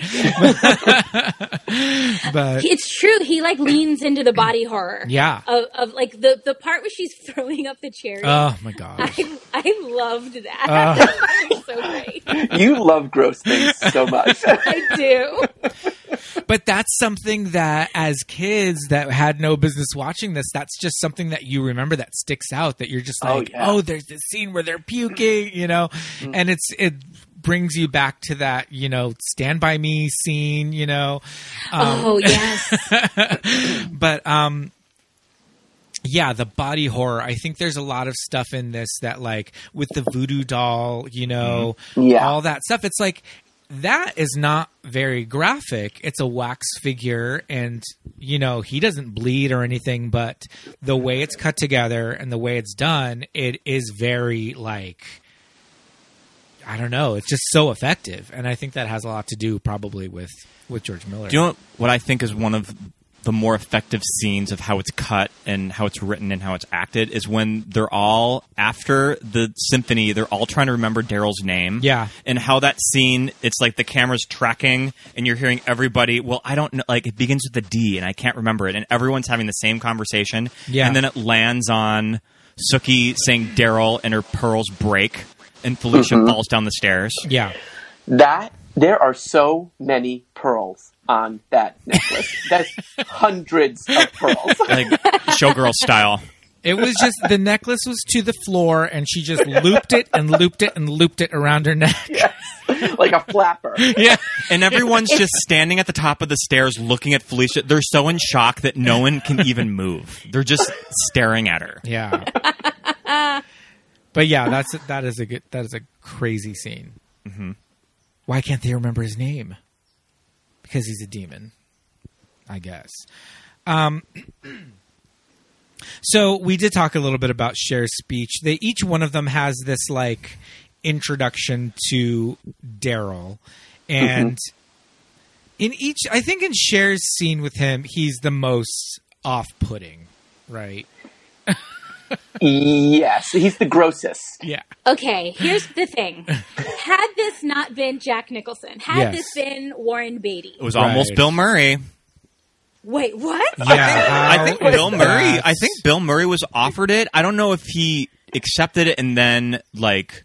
but It's true. He like leans into the body horror. Yeah. Of, of like the, the part where she's throwing up the cherry. oh my god I, I loved that. Uh. That was so great. You love gross things so much. I do. but that's something that as kids that had no business watching this that's just something that you remember that sticks out that you're just Oh, like oh, yeah. Mm-hmm. there's this scene where they're puking you know and it's it brings you back to that you know stand by me scene you know Um, oh yes. but um yeah the body horror i think there's a lot of stuff in this that like with the voodoo doll you know Mhm. Yeah. all that stuff it's like that is not very graphic it's a wax figure and you know he doesn't bleed or anything but the way it's cut together and the way it's done it is very like i don't know it's just so effective and i think that has a lot to do probably with with george miller Do you know what I think is one of the more effective scenes of how it's cut and how it's written and how it's acted is when they're all after the symphony, they're all trying to remember Daryl's name. Yeah. And how that scene, it's like the camera's tracking and you're hearing everybody, well, I don't know, like it begins with a D and I can't remember it. And everyone's having the same conversation. Yeah. And then it lands on Suki saying Daryl and her pearls break and Felicia Mhm. falls down the stairs. yeah That there are so many pearls on that necklace. That's hundreds of pearls. Like showgirl style. It was just the necklace was to the floor, and she just looped it and looped it and looped it around her neck. like a flapper. Yeah, And everyone's just standing at the top of the stairs looking at Felicia. They're so in shock that no one can even move. They're just staring at her. yeah. But yeah, that's that is a good that is a crazy scene. Mhm. Why can't they remember his name? Because he's a demon, I guess. Um, so we did talk a little bit about Cher's speech. They each one of them has this like introduction to Daryl, and in each, I think in Cher's scene with him, he's the most off-putting, right? Yes, he's the grossest. Yeah. Okay, here's the thing. Had this not been Jack Nicholson, had Yes. Oh. this been Warren Beatty, It was almost Right. Bill Murray. wait, what? Yeah, I think how is Bill Murray. that? I think Bill Murray was offered it. I don't know if he accepted it and then like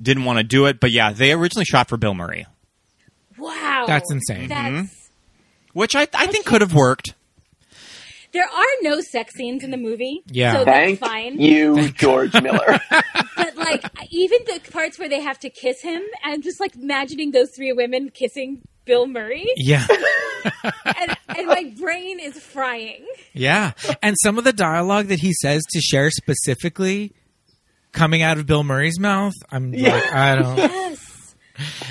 didn't want to do it. But yeah, they originally shot for Bill Murray, Wow, That's insane. That's, which I, I think could have worked. There are no sex scenes in the movie, Yeah. so Thank that's fine. you, George Miller. But like, even the parts where they have to kiss him, I'm just like imagining those three women kissing Bill Murray, Yeah, and, and my brain is frying. yeah. And some of the dialogue that he says to Cher specifically coming out of Bill Murray's mouth, I'm like, I don't. Yes,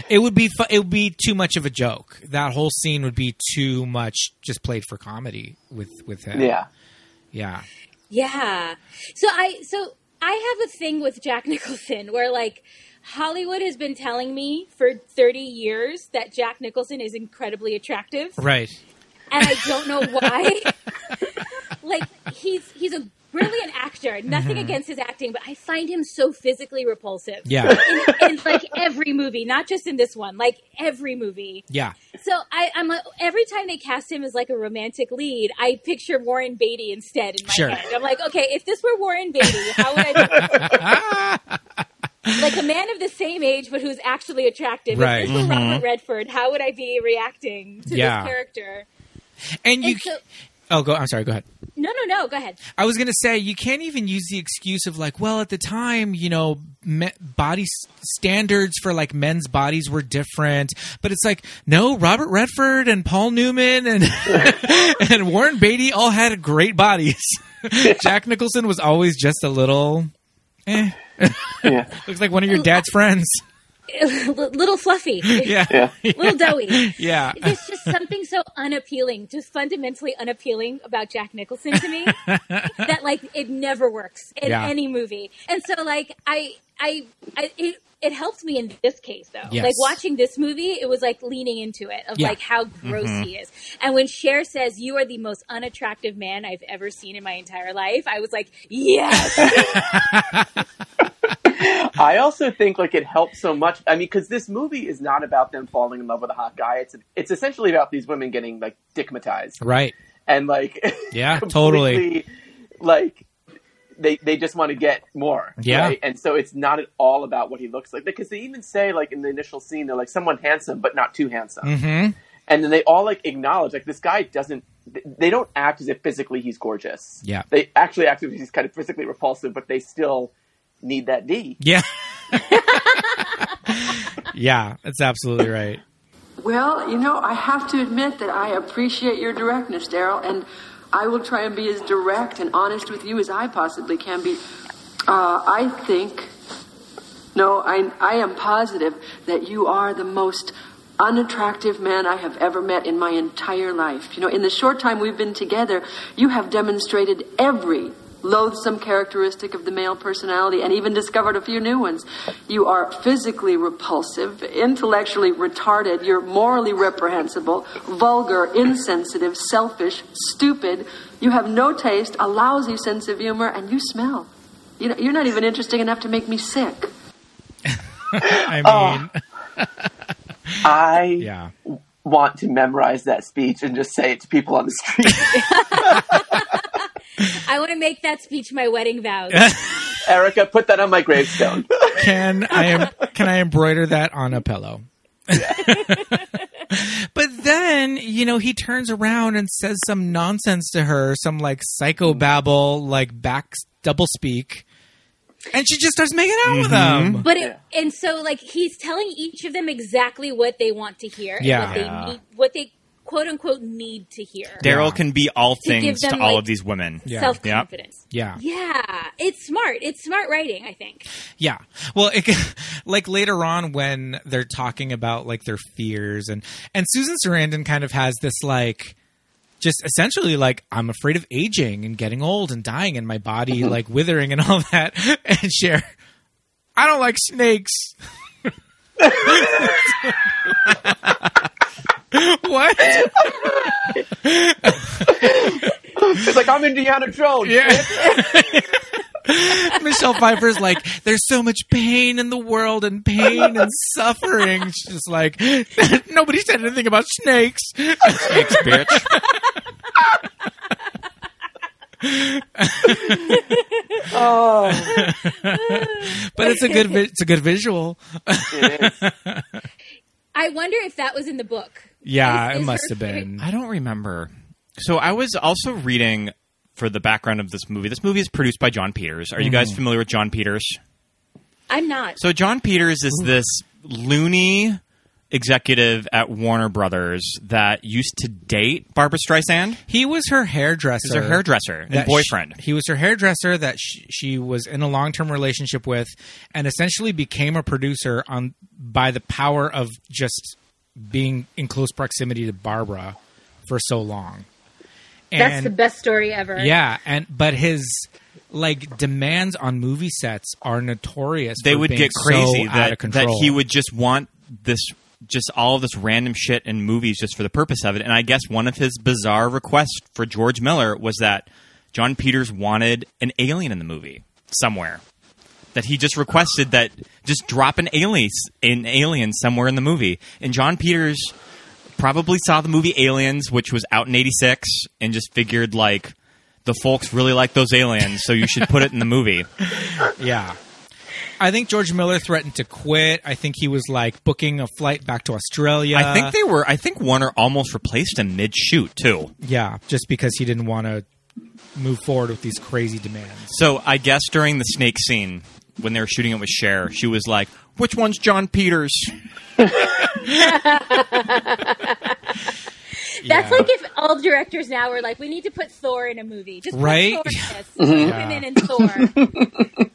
It would be fu- it would be too much of a joke. That whole scene would be too much, just played for comedy with with him. yeah. yeah. yeah. So I so I have a thing with Jack Nicholson where like Hollywood has been telling me for 30 years that Jack Nicholson is incredibly attractive. Right. And I don't know why. like he's he's a brilliant actor. Nothing Mhm. against his acting, but I find him so physically repulsive. Yeah. In, in like every movie, not just in this one, like every movie. Yeah. So I, I'm a, every time they cast him as like a romantic lead, I picture Warren Beatty instead in my Sure. head. I'm like, okay, if this were Warren Beatty, how would I? Be? like a man of the same age, but who's actually attractive. Right. If this were Mhm. Robert Redford, how would I be reacting to Yeah. this character? And you. And so- oh, go. I'm sorry. Go ahead. no, no, no. Go ahead. I was going to say you can't even use the excuse of like, well, at the time, you know, me- body s- standards for like men's bodies were different. But it's like, no, Robert Redford and Paul Newman and and Warren Beatty all had great bodies. Jack Nicholson was always just a little, eh. looks like one of your dad's friends. little fluffy. Yeah. Little doughy. Yeah. There's just something so unappealing, just fundamentally unappealing about Jack Nicholson to me that like it never works in Yeah. any movie. And so like I I, I it, it helped me in this case though. Yes. Like watching this movie, it was like leaning into it of Yeah. like how gross Mhm. he is. And when Cher says, "You are the most unattractive man I've ever seen in my entire life," I was like, "Yes." I also think like it helps so much. I mean, because this movie is not about them falling in love with a hot guy. It's it's essentially about these women getting like dickmatized Right. and like Yeah, totally. completely, like they they just want to get more. Yeah. right? and so it's not at all about what he looks like because they even say like in the initial scene they're like someone handsome but not too handsome, Mm-hmm. and then they all like acknowledge like this guy doesn't. They don't act as if physically he's gorgeous. Yeah. They actually act as if he's kind of physically repulsive, but they still need that D. Yeah. yeah. That's absolutely right. Well, you know, I have to admit that I appreciate your directness, Daryl, and I will try and be as direct and honest with you as I possibly can be. Uh, I think, no, I, I am positive that you are the most unattractive man I have ever met in my entire life. You know, in the short time we've been together, you have demonstrated every loathsome characteristic of the male personality and even discovered a few new ones. You are physically repulsive, intellectually retarded, you're morally reprehensible, vulgar, insensitive, selfish, stupid. You have no taste, a lousy sense of humor, and you smell. You know, you're not even interesting enough to make me sick. I mean, I yeah. want to memorize that speech and just say it to people on the street. I want to make that speech my wedding vows. Erica, put that on my gravestone. Can I am can I embroider that on a pillow? but then, you know, he turns around and says some nonsense to her, some like psychobabble, like back double speak. And she just starts making out with him. But it, and so like he's telling each of them exactly what they want to hear, and Yeah. what Yeah. they need, what they quote unquote need to hear. Daryl can be all To give things to them, all like, of these women. Yeah. self-confidence. Yeah. Yeah, it's smart. It's smart writing, I think. Yeah. Well, it, like later on when they're talking about like their fears and and Susan Sarandon kind of has this like just essentially like I'm afraid of aging and getting old and dying and my body like withering and all that and Cher I don't like snakes. what? it's like I'm Indiana Jones. Yeah. Michelle Pfeiffer's like, there's so much pain in the world and pain and suffering. She's just like, nobody said anything about snakes. Snakes, bitch. oh. but it's a good vi- it's a good visual. I wonder if that was in the book. Yeah, Is- it is must her- have been. I don't remember. So I was also reading for the background of this movie. This movie is produced by John Peters. Are you guys Mm-hmm. Mhm. familiar with John Peters? I'm not. So John Peters is this loony executive at Warner Brothers that used to date Barbara Streisand. He was her hairdresser. He's her hairdresser and That sh- boyfriend. he was her hairdresser that sh- she was in a long term relationship with, and essentially became a producer on by the power of just being in close proximity to Barbara for so long. That's the best story ever. Yeah, and but his like demands on movie sets are notorious. they for would being get crazy so out that of that control. he would just want this just all of this random shit in movies just for the purpose of it. And I guess one of his bizarre requests for George Miller was that John Peters wanted an alien in the movie somewhere. That he just requested that just drop an alien an alien somewhere in the movie. And John Peters probably saw the movie Aliens, which was out in '86, and just figured like the folks really like those aliens, so you should put it in the movie. Yeah. I think George Miller threatened to quit. I think he was like booking a flight back to Australia. I think they were. I think Warner almost replaced him mid-shoot too. Yeah, just because he didn't want to move forward with these crazy demands. So I guess during the snake scene when they were shooting it with Cher, she was like, "Which one's John Peters?" Yeah. That's like if all directors now were like, we need to put Thor in a movie. Just Right? put Thor in this. Mhm. Put women in Thor.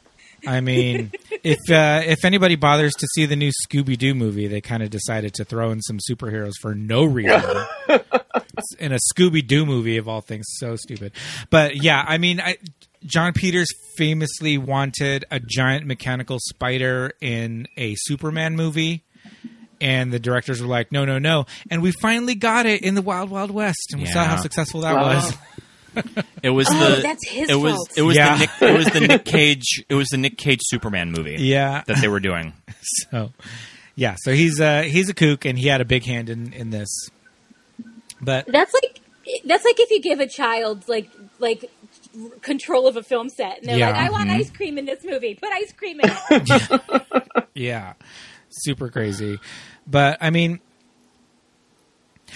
I mean, if uh, if anybody bothers to see the new Scooby Doo movie, they kind of decided to throw in some superheroes for no reason. It's in a Scooby Doo movie of all things, so stupid. But yeah, I mean, I, John Peters famously wanted a giant mechanical spider in a Superman movie. And the directors were like, no, no, no. And we finally got it in the Wild Wild West. And we saw Yeah. how successful that Wow. was. It was Oh, the that's his it was fault. it was Yeah. the Nick, it was the Nick Cage it was the Nick Cage Superman movie Yeah. that they were doing. so yeah so he's uh he's a kook and he had a big hand in in this but That's like that's like if you give a child like like control of a film set and they're Yeah. like, I want Mhm. ice cream in this movie. Put ice cream in it. yeah super crazy but i mean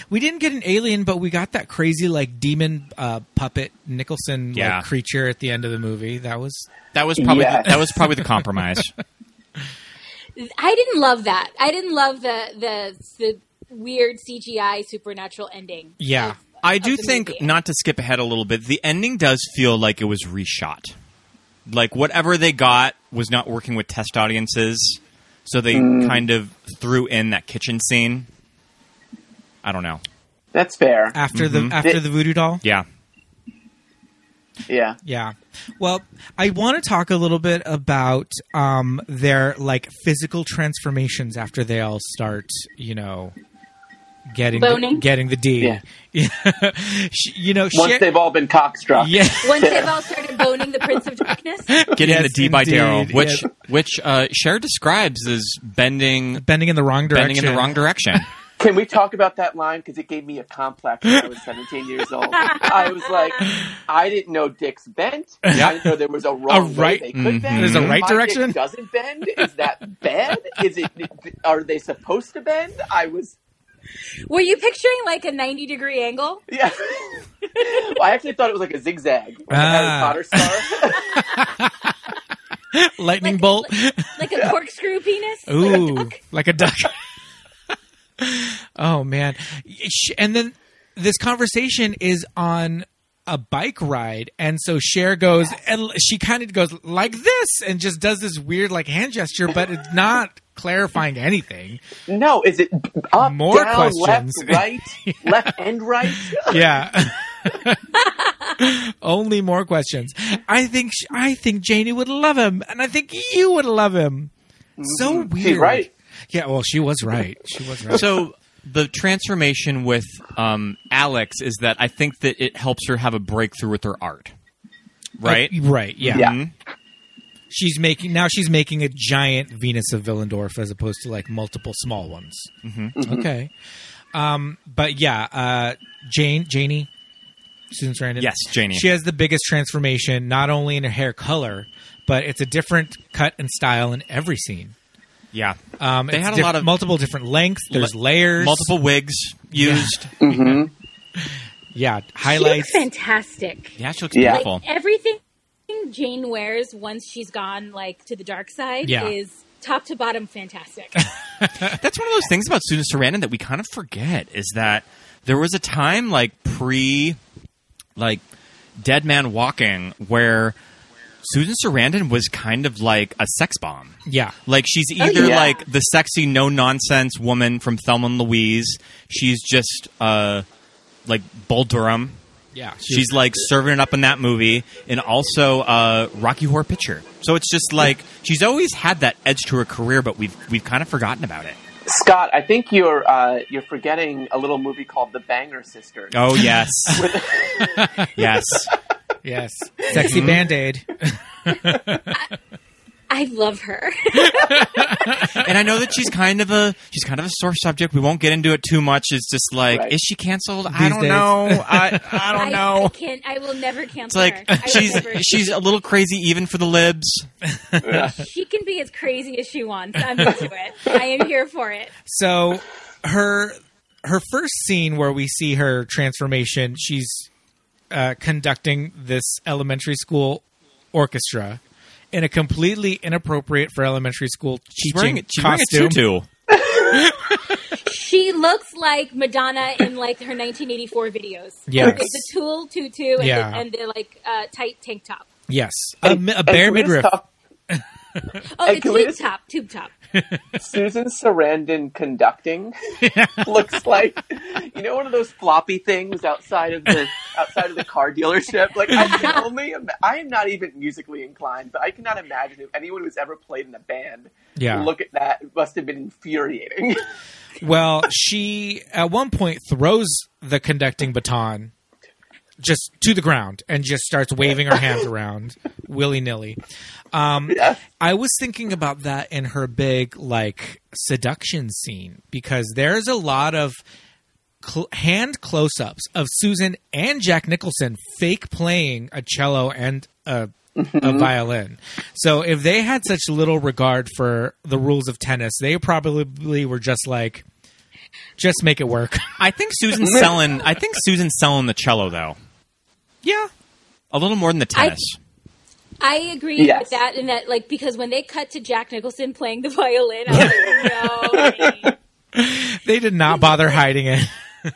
we didn't get an alien but we got that crazy like demon uh puppet nicholson like Yeah. creature at the end of the movie that was That was probably that was probably the compromise. I didn't love that. I didn't love the the the weird CGI supernatural ending. Yeah. I do the think movie. not to skip ahead a little bit, the ending does feel like it was reshot. Like whatever they got was not working with test audiences, so they Mm. kind of threw in that kitchen scene. I don't know. That's fair. after the after the voodoo doll Yeah. Yeah. Yeah. Well, I want to talk a little bit about um, their like physical transformations after they all start, you know, getting the, Boning? getting the D. Sh- you know, Once Cher- they've all been cockstruck. Yeah. Once they've all started boning the Prince of Darkness. Getting the D by indeed, Daryl, which yes. which uh, Cher describes as bending bending in the wrong direction. bending in the wrong direction. Can we talk about that line? Because it gave me a complex when I was 17 years old. I was like, I didn't know dicks bent. I didn't know there was a wrong A right- way they could mhm. bend. There's a My right dick direction? doesn't bend. Is that bad? Is it? Are they supposed to bend? I was. Were you picturing like a ninety degree angle? Yeah. Well, I actually thought it was like a zigzag, like a Ah. Harry Potter star. Lightning bolt. Like a corkscrew penis? Ooh, like a duck. oh man! Sh- And then this conversation is on a bike ride, and so Cher goes, and l- she kind of goes like this, and just does this weird like hand gesture, but it's not clarifying anything. no, is it up, More down, questions. left, right, left, and right? Yeah. Only more questions. I think sh- I think Janie would love him, and I think you would love him. So Mhm. weird, She's right. Yeah, well, she was right. She was right. so the transformation with um, Alex is that I think that it helps her have a breakthrough with her art. Right? Uh, right. Yeah. Yeah. Mhm. Mm-hmm. She's making now. She's making a giant Venus of Willendorf as opposed to like multiple small ones. Mm-hmm. Mhm. Okay. Um. But yeah. Uh. Jane. Janie. Susan Sarandon. Yes, Janie. She has the biggest transformation, not only in her hair color, but it's a different cut and style in every scene. Yeah. Um, They it's had a diff- lot of- multiple different lengths. There's La- layers, Multiple wigs used. Yeah, yeah highlights. She looks fantastic. Yeah, she looks Yeah. beautiful. Like everything Jane wears once she's gone like to the dark side Yeah. is top to bottom fantastic. That's one of those things about Susan Sarandon that we kind of forget is that there was a time like pre like Dead Man Walking where Susan Sarandon was kind of like a sex bomb. Yeah. Like she's Oh, either yeah. like the sexy no nonsense woman from Thelma and Louise, she's just uh like Bull Durham Yeah, she she's was like serving it up in that movie, and also uh, Rocky Horror Picture. So it's just like she's always had that edge to her career, but we've we've kind of forgotten about it. Scott, I think you're uh, you're forgetting a little movie called The Banger Sisters. Oh yes, yes, yes, sexy Mhm. band aid. I love her. and I know that she's kind of a she's kind of a sore subject. We won't get into it too much. It's just like Right. is she canceled? I These don't days. know. I I don't know. I can't. I will never it's cancel like her. I will she's never. she's a little crazy even for the libs. She can be as crazy as she wants. I'm into it. I am here for it. So her her first scene where we see her transformation, she's uh, conducting this elementary school orchestra in a completely inappropriate for elementary school teaching wearing a- she's wearing a costume. tutu. She looks like Madonna in like her 1984 videos. Yes. With the tulle tutu and, Yeah. the, and the like uh, tight tank top. Yes, a, mi- a bare can we just midriff. talk- Oh, Hey, the can we tube just- top, tube top. Susan Sarandon conducting looks like you know one of those floppy things outside of the outside of the car dealership. Like I can only ima- I am not even musically inclined, but I cannot imagine if anyone who's ever played in a band. Yeah. look at that. It must have been infuriating. Well, she at one point throws the conducting baton just to the ground and just starts waving her hands around willy nilly. Um, I was thinking about that in her big like seduction scene because there's a lot of cl- hand close ups of Susan and Jack Nicholson fake playing a cello and a, a violin. So if they had such little regard for the rules of tennis, they probably were just like, just make it work. I think Susan's selling. I think Susan's selling the cello though. Yeah, a little more than the tennis. I agree Yes. with that and that like because when they cut to Jack Nicholson playing the violin, I was like, no. They did not bother hiding it.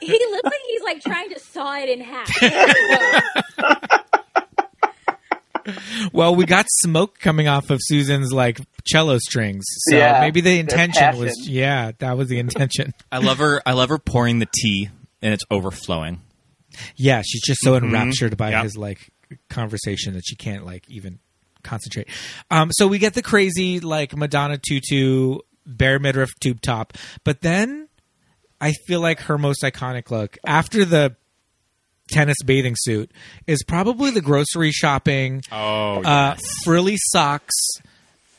He looks like he's like trying to saw it in half. Well, we got smoke coming off of Susan's like cello strings, so Yeah, maybe the their intention was passion. yeah, that was the intention. I love her. I love her pouring the tea and it's overflowing. Yeah, she's just so Mhm. enraptured by Yep. his like conversation that she can't like even concentrate. Um, so we get the crazy like Madonna tutu, bare midriff tube top, but then I feel like her most iconic look after the tennis bathing suit is probably the grocery shopping. Oh, uh, frilly socks.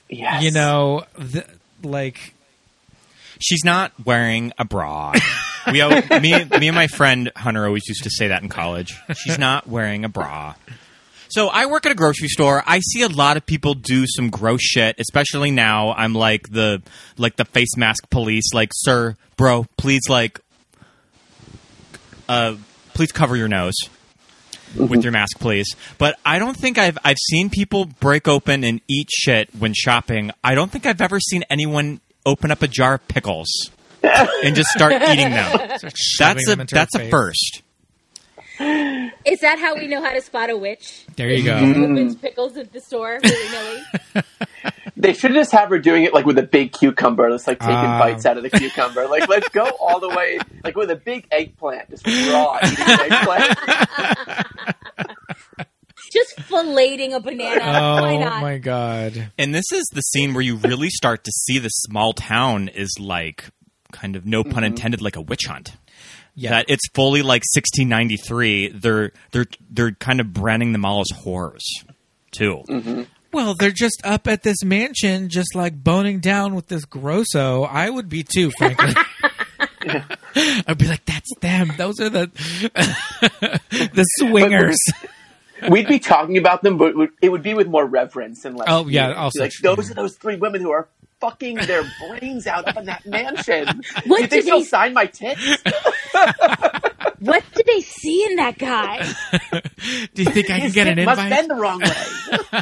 Yes. you know, the, like She's not wearing a bra. we al- me me and my friend Hunter always used to say that in college. She's not wearing a bra. So I work at a grocery store. I see a lot of people do some gross shit, especially now. I'm like the like the face mask police. Like, sir, bro, please like, uh, please cover your nose with your mask, please. But I don't think I've I've seen people break open and eat shit when shopping. I don't think I've ever seen anyone open up a jar of pickles and just start eating them. Start shoving That's a them into her that's a face. first. Is that how we know how to spot a witch? There you go. Who opens pickles at the store willy-nilly? they should just have her doing it like with a big cucumber. It's like taking Ah. bites out of the cucumber. Like let's go all the way, like with a big eggplant, just raw eating an eggplant. Just filleting a banana. Why not? Oh my god! And this is the scene where you really start to see the small town is like kind of no pun intended like a witch hunt. Yeah. That it's fully like 1693. They're they're they're kind of branding them all as whores too. Well, they're just up at this mansion, just like boning down with this grosso. I would be too, frankly. I'd be like, "That's them. Those are the the swingers." We'd be talking about them, but it would be with more reverence and less. Oh, yeah, fear. also like true. those are those three women who are fucking their brains out up in that mansion. What you think did she'll he- sign my tits? What did they see in that guy? Do you think I can His get an tit must invite? bend the wrong way.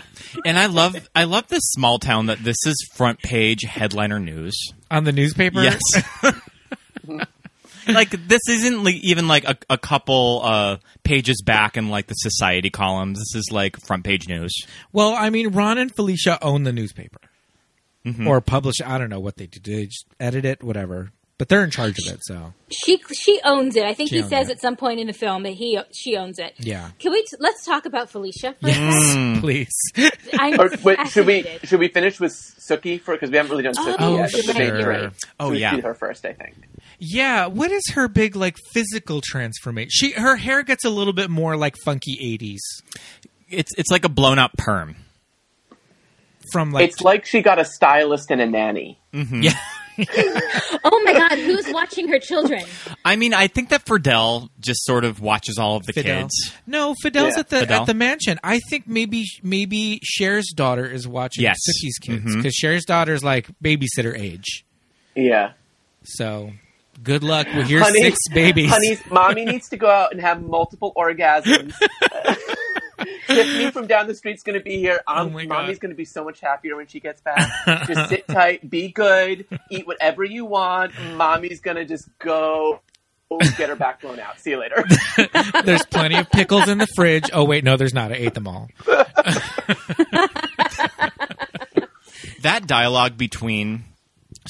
And I love I love this small town that this is front page headliner news. On the newspaper? Yes. Mm-hmm. like this isn't like, even like a, a couple uh, pages back in like the society columns. This is like front page news. Well, I mean, Ron and Felicia own the newspaper or publish. I don't know what they do. They just edit it, whatever. but they're in charge of it. So She she owns it. I think She he owns says at some point in the film that he she owns it. yeah, Can we t- let's talk about Felicia? For yes, A please. second? I'm Or, wait, should we fascinated. should we finish with Suki for because we haven't really done Suki Oh, yet. but the main sure. character. Oh, So we yeah. do her first, I think. Yeah, what is her big like physical transformation? She her hair gets a little bit more like funky eighties It's it's like a blown up perm. from like it's like she got a stylist and a nanny. Yeah. Oh my god, who's watching her children? I mean, I think that Fidel just sort of watches all of the Fidel. kids. No, Fidel's Yeah. at the Fidel. at the mansion. I think maybe maybe Cher's daughter is watching Yes. Suki's kids because Mm-hmm. Mhm. Cher's daughter is like babysitter age. Yeah. So good luck with your Honey- six babies. Honey's mommy needs to go out and have multiple orgasms. Tiffany from down the street's going to be here. Oh Um, mommy's going to be so much happier when she gets back. just sit tight, be good, eat whatever you want. Mommy's going to just go get her back blown out. See you later. there's plenty of pickles in the fridge. Oh wait, no, there's not. I ate them all. That dialogue between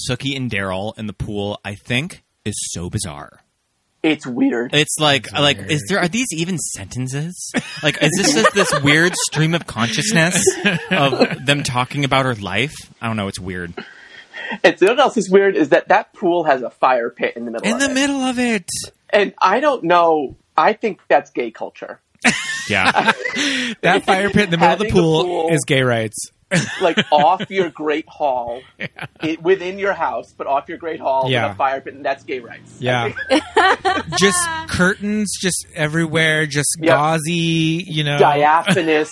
Sookie and Daryl in the pool, I think, is so bizarre. it's weird. It's like like is there are these even sentences? Like is this just this weird stream of consciousness of them talking about her life? I don't know, it's weird. And so what else is weird is that that pool has a fire pit in the middle. In of the it. middle of it. And I don't know. I think that's gay culture. Yeah. That fire pit in the middle of the Having a pool, pool. is gay rights. like off your great hall, it, within your house, but off your great hall Yeah. with a fire pit, and that's gay rights. Yeah. just curtains just everywhere, just gauzy, you know. Diaphanous,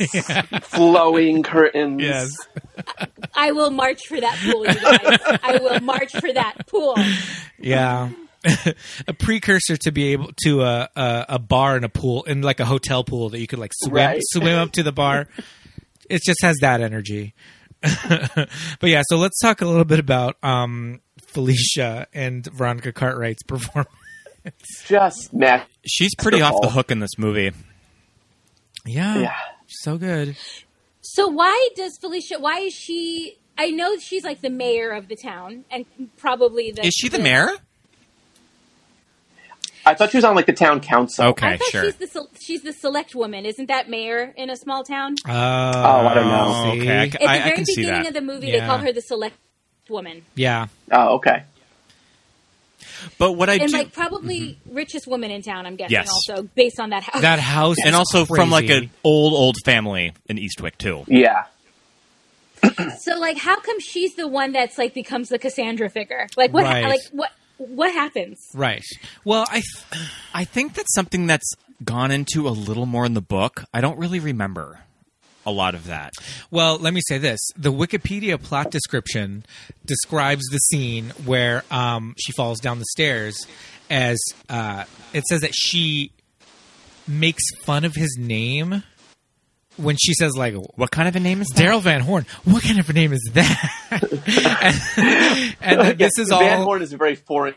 flowing curtains. Yes. I will march for that pool, you guys. I will march for that pool. Yeah. a precursor to be able to a, a a bar and a pool in like a hotel pool that you could like swim Right. swim up to the bar. It just has that energy. but yeah, so let's talk a little bit about um Felicia and Veronica Cartwright's performance. Just meh. She's pretty off the hook in this movie. Yeah. Yeah. So good. So why does Felicia? Why is she? I know she's like the mayor of the town, and probably the. Is she the mayor? I thought she was on like the town council. I Okay, thought sure. she's the sel- she's the select woman. Isn't that mayor in a small town? Oh, I don't know. Okay, I, c- At the I- I very can see beginning that. of the movie, they Yeah. call her the select woman, Yeah. Oh, okay. But what I and do like probably richest woman in town. I'm guessing Mm-hmm. Yes. also based on that house. That house and is also from like crazy. an old old family in Eastwick too. Yeah. so like, how come she's the one that's like becomes the Cassandra figure? Like what? ha- Right. Like what? What happens? Right. Well, I Uh, I think that's something that's gone into a little more in the book. I don't really remember a lot of that. Well, let me say this: the Wikipedia plot description describes the scene where um, she falls down the stairs. As uh, it says that she makes fun of his name when she says like What kind of a name is that? Daryl Van Horn. What kind of a name is that? and and then this is all Van Horn is a very foreign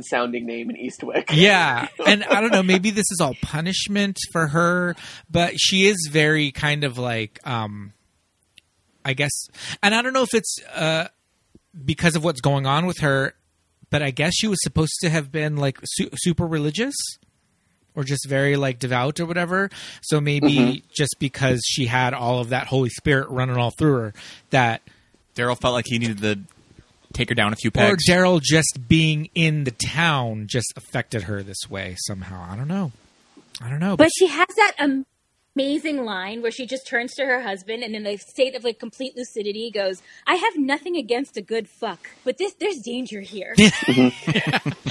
sounding name in Eastwick. yeah and i don't know maybe this is all punishment for her but she is very kind of like um i guess and i don't know if it's uh because of what's going on with her but i guess she was supposed to have been like su- super religious or just very like devout or whatever so maybe just because she had all of that holy spirit running all through her that Daryl felt like he needed to take her down a few or pegs. daryl just being in the town just affected her this way somehow i don't know i don't know But she has that am- amazing line where she just turns to her husband and in a state of like complete lucidity goes, "I have nothing against a good fuck, but this there's danger here."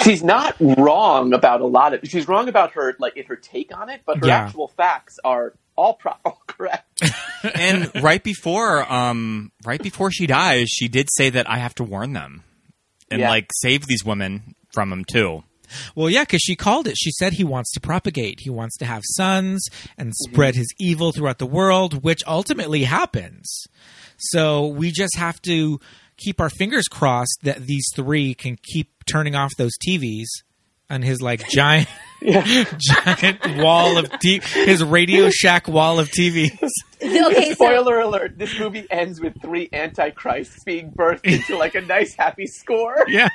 She's not wrong about a lot of. She's wrong about her like in her take on it, but her Yeah. actual facts are all pro- all correct. and right before um right before she dies, she did say that I have to warn them and Yeah. like save these women from him too. Well, yeah, because she called it. She said he wants to propagate. He wants to have sons and Mm-hmm. spread his evil throughout the world, which ultimately happens. So we just have to keep our fingers crossed that these three can keep turning off those TVs and his like giant. giant wall of t- his Radio Shack wall of TVs. okay, so Spoiler alert: This movie ends with three antichrists being birthed into like a nice, happy score. Yeah,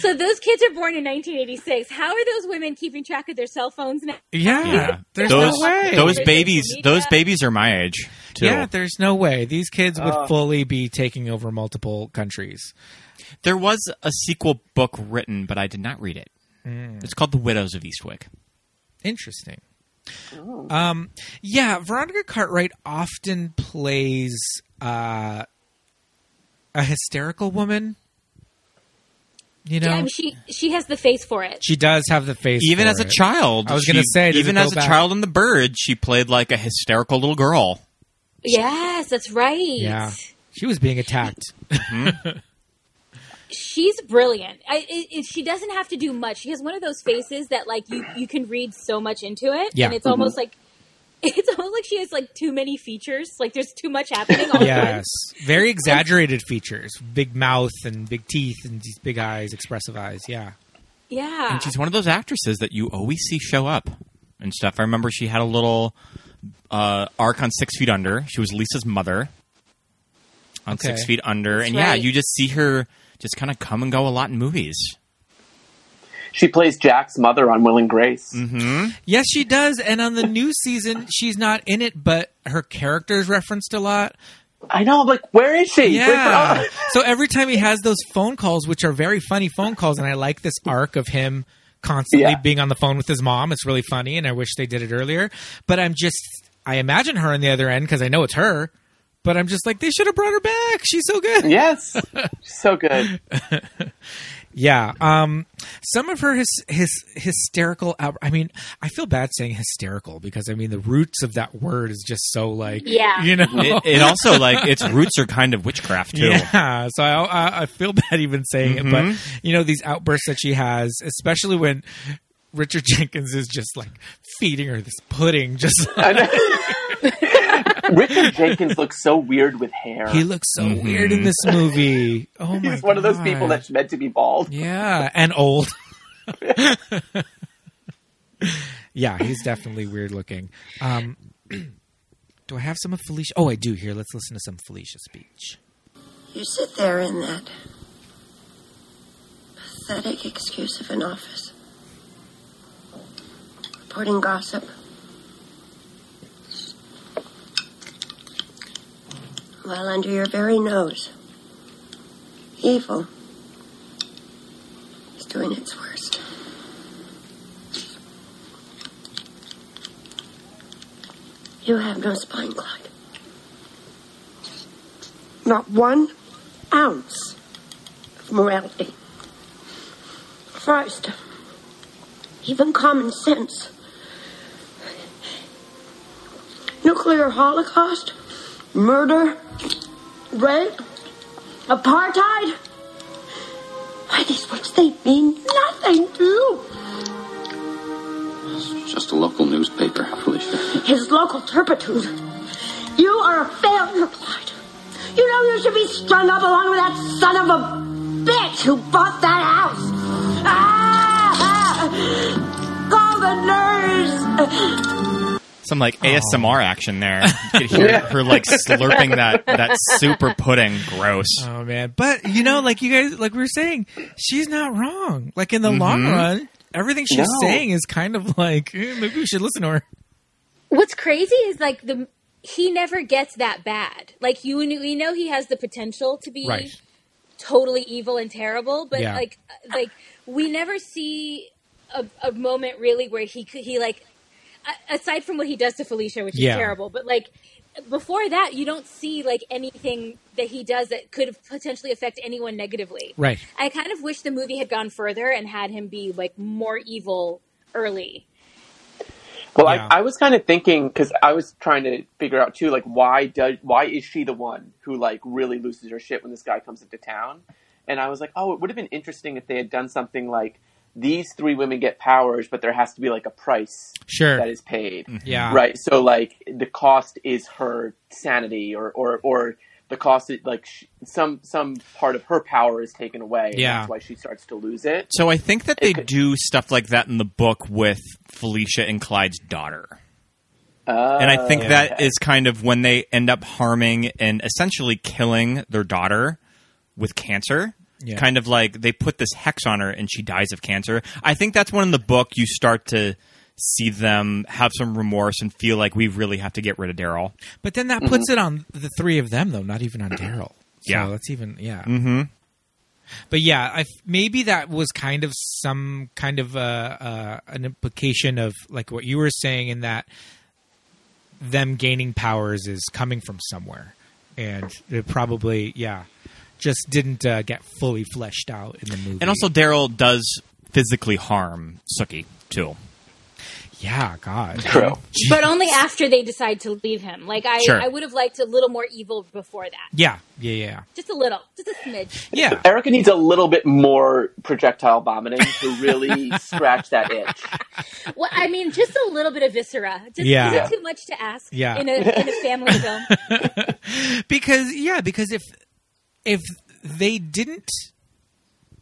So those kids are born in 1986. How are those women keeping track of their cell phones now? Yeah, there's those no way. those babies those babies are my age too. Yeah, there's no way these kids would Oh. fully be taking over multiple countries. There was a sequel book written, but I did not read it. It's called The Widows of Eastwick. Interesting. Oh. Um, yeah, Veronica Cartwright often plays uh, a hysterical woman. You know, Yeah, I mean, she she has the face for it. she does have the face. Even for as a it. child, I was she- going to say, does even it go as a back- child in The Bird, she played like a hysterical little girl. Yes, that's right. yeah, she was being attacked. She's brilliant. I, it, it, she doesn't have to do much. She has one of those faces that like you you can read so much into it, Yeah. and it's Mhm. almost like it's almost like she has like too many features. Like there's too much happening. All at yes, once. very exaggerated features, big mouth and big teeth and these big eyes, expressive eyes. Yeah, Yeah. Ah. And she's one of those actresses that you always see show up and stuff. I remember she had a little uh, arc on Six Feet Under. She was Lisa's mother on Okay. Six Feet Under, That's and yeah, right. you just see her just kind of come and go a lot in movies. She plays Jack's mother on Will and Grace. Mm-hmm. Yes, she does. And on the new season, she's not in it, but her character is referenced a lot. I know. I'm like, where is she? Yeah. Like, so every time he has those phone calls, which are very funny phone calls, and I like this arc of him constantly Yeah. being on the phone with his mom. It's really funny, and I wish they did it earlier. But I'm just, I imagine her on the other end because I know it's her. But I'm just like, they should have brought her back. She's so good. Yes. so good. Yeah. Um, some of her his, his hysterical. out- I mean, I feel bad saying hysterical because I mean the roots of that word is just so like Yeah. You know, It, it also like its roots are kind of witchcraft too. Yeah, so I, I, I feel bad even saying it, Mhm. but you know these outbursts that she has, especially when Richard Jenkins is just like feeding her this pudding. Just Richard Jenkins looks so weird with hair. he looks so weird in this movie. Oh my! He's one of those people God. that's meant to be bald. Yeah, and old. yeah, he's definitely weird looking. Um, do I have some of Felicia? Oh, I do. Here, let's listen to some Felicia speech. You sit there in that pathetic excuse of an office, reporting gossip. While under your very nose, evil is doing its worst. You have no spine, Clyde. Not one ounce of morality. First, even common sense. Nuclear holocaust, murder, rape, apartheid. Why, these words, they mean nothing to you. Just a local newspaper, Felicia. His local turpitude. You are a failure, Clyde. You know you should be strung up along with that son of a bitch who bought that house. Ah! Call the nurse. Some like Oh. ASMR action there. You could hear her like slurping that that super pudding. Gross. Oh man, but you know, like you guys, like we were saying, she's not wrong. Like in the long Mhm. run, everything she's No. saying is kind of like eh, maybe we should listen to her. What's crazy is like the he never gets that bad. Like you, we know he has the potential to be Right. totally evil and terrible, but Yeah. like like we never see a, a moment really where he could he like a- aside from what he does to Felicia, which Yeah. is terrible, but like before that you don't see like anything that he does that could potentially affect anyone negatively. Right. I kind of wish the movie had gone further and had him be like more evil early. Well, I, I was kind of thinking because I was trying to figure out too, like why does why is she the one who like really loses her shit when this guy comes into town? And I was like, oh, it would have been interesting if they had done something like these three women get powers, but there has to be like a price Sure. that is paid, Yeah. right? So like the cost is her sanity, or or or the cost is like sh- some some part of her power is taken away. and Yeah. that's why she starts to lose it. So I think that they do stuff like that in the book with Felicia and Clyde's daughter. and I think that is kind of when they end up harming and essentially killing their daughter with cancer. Yeah. Kind of like they put this hex on her and she dies of cancer. I think that's when in the book you start to see them have some remorse and feel like we really have to get rid of Daryl. But then that puts it on the three of them, though, not even on Daryl. So Mm-hmm. Yeah. that's even yeah. Mm-hmm. But yeah, I f maybe that was kind of some kind of uh, uh, an implication of like what you were saying in that them gaining powers is coming from somewhere, and it probably yeah just didn't uh, get fully fleshed out in the movie. And also Daryl does physically harm Suki too. yeah, God, True. But only after they decide to leave him. Like I, Sure. I would have liked a little more evil before that. Yeah, yeah, yeah. Just a little, just a smidge. Yeah. Erica needs a little bit more projectile vomiting to really scratch that itch. Well, I mean, just a little bit of viscera. Just, Yeah. Is Yeah. it too much to ask? Yeah. In a in a family film. because yeah, because if if they didn't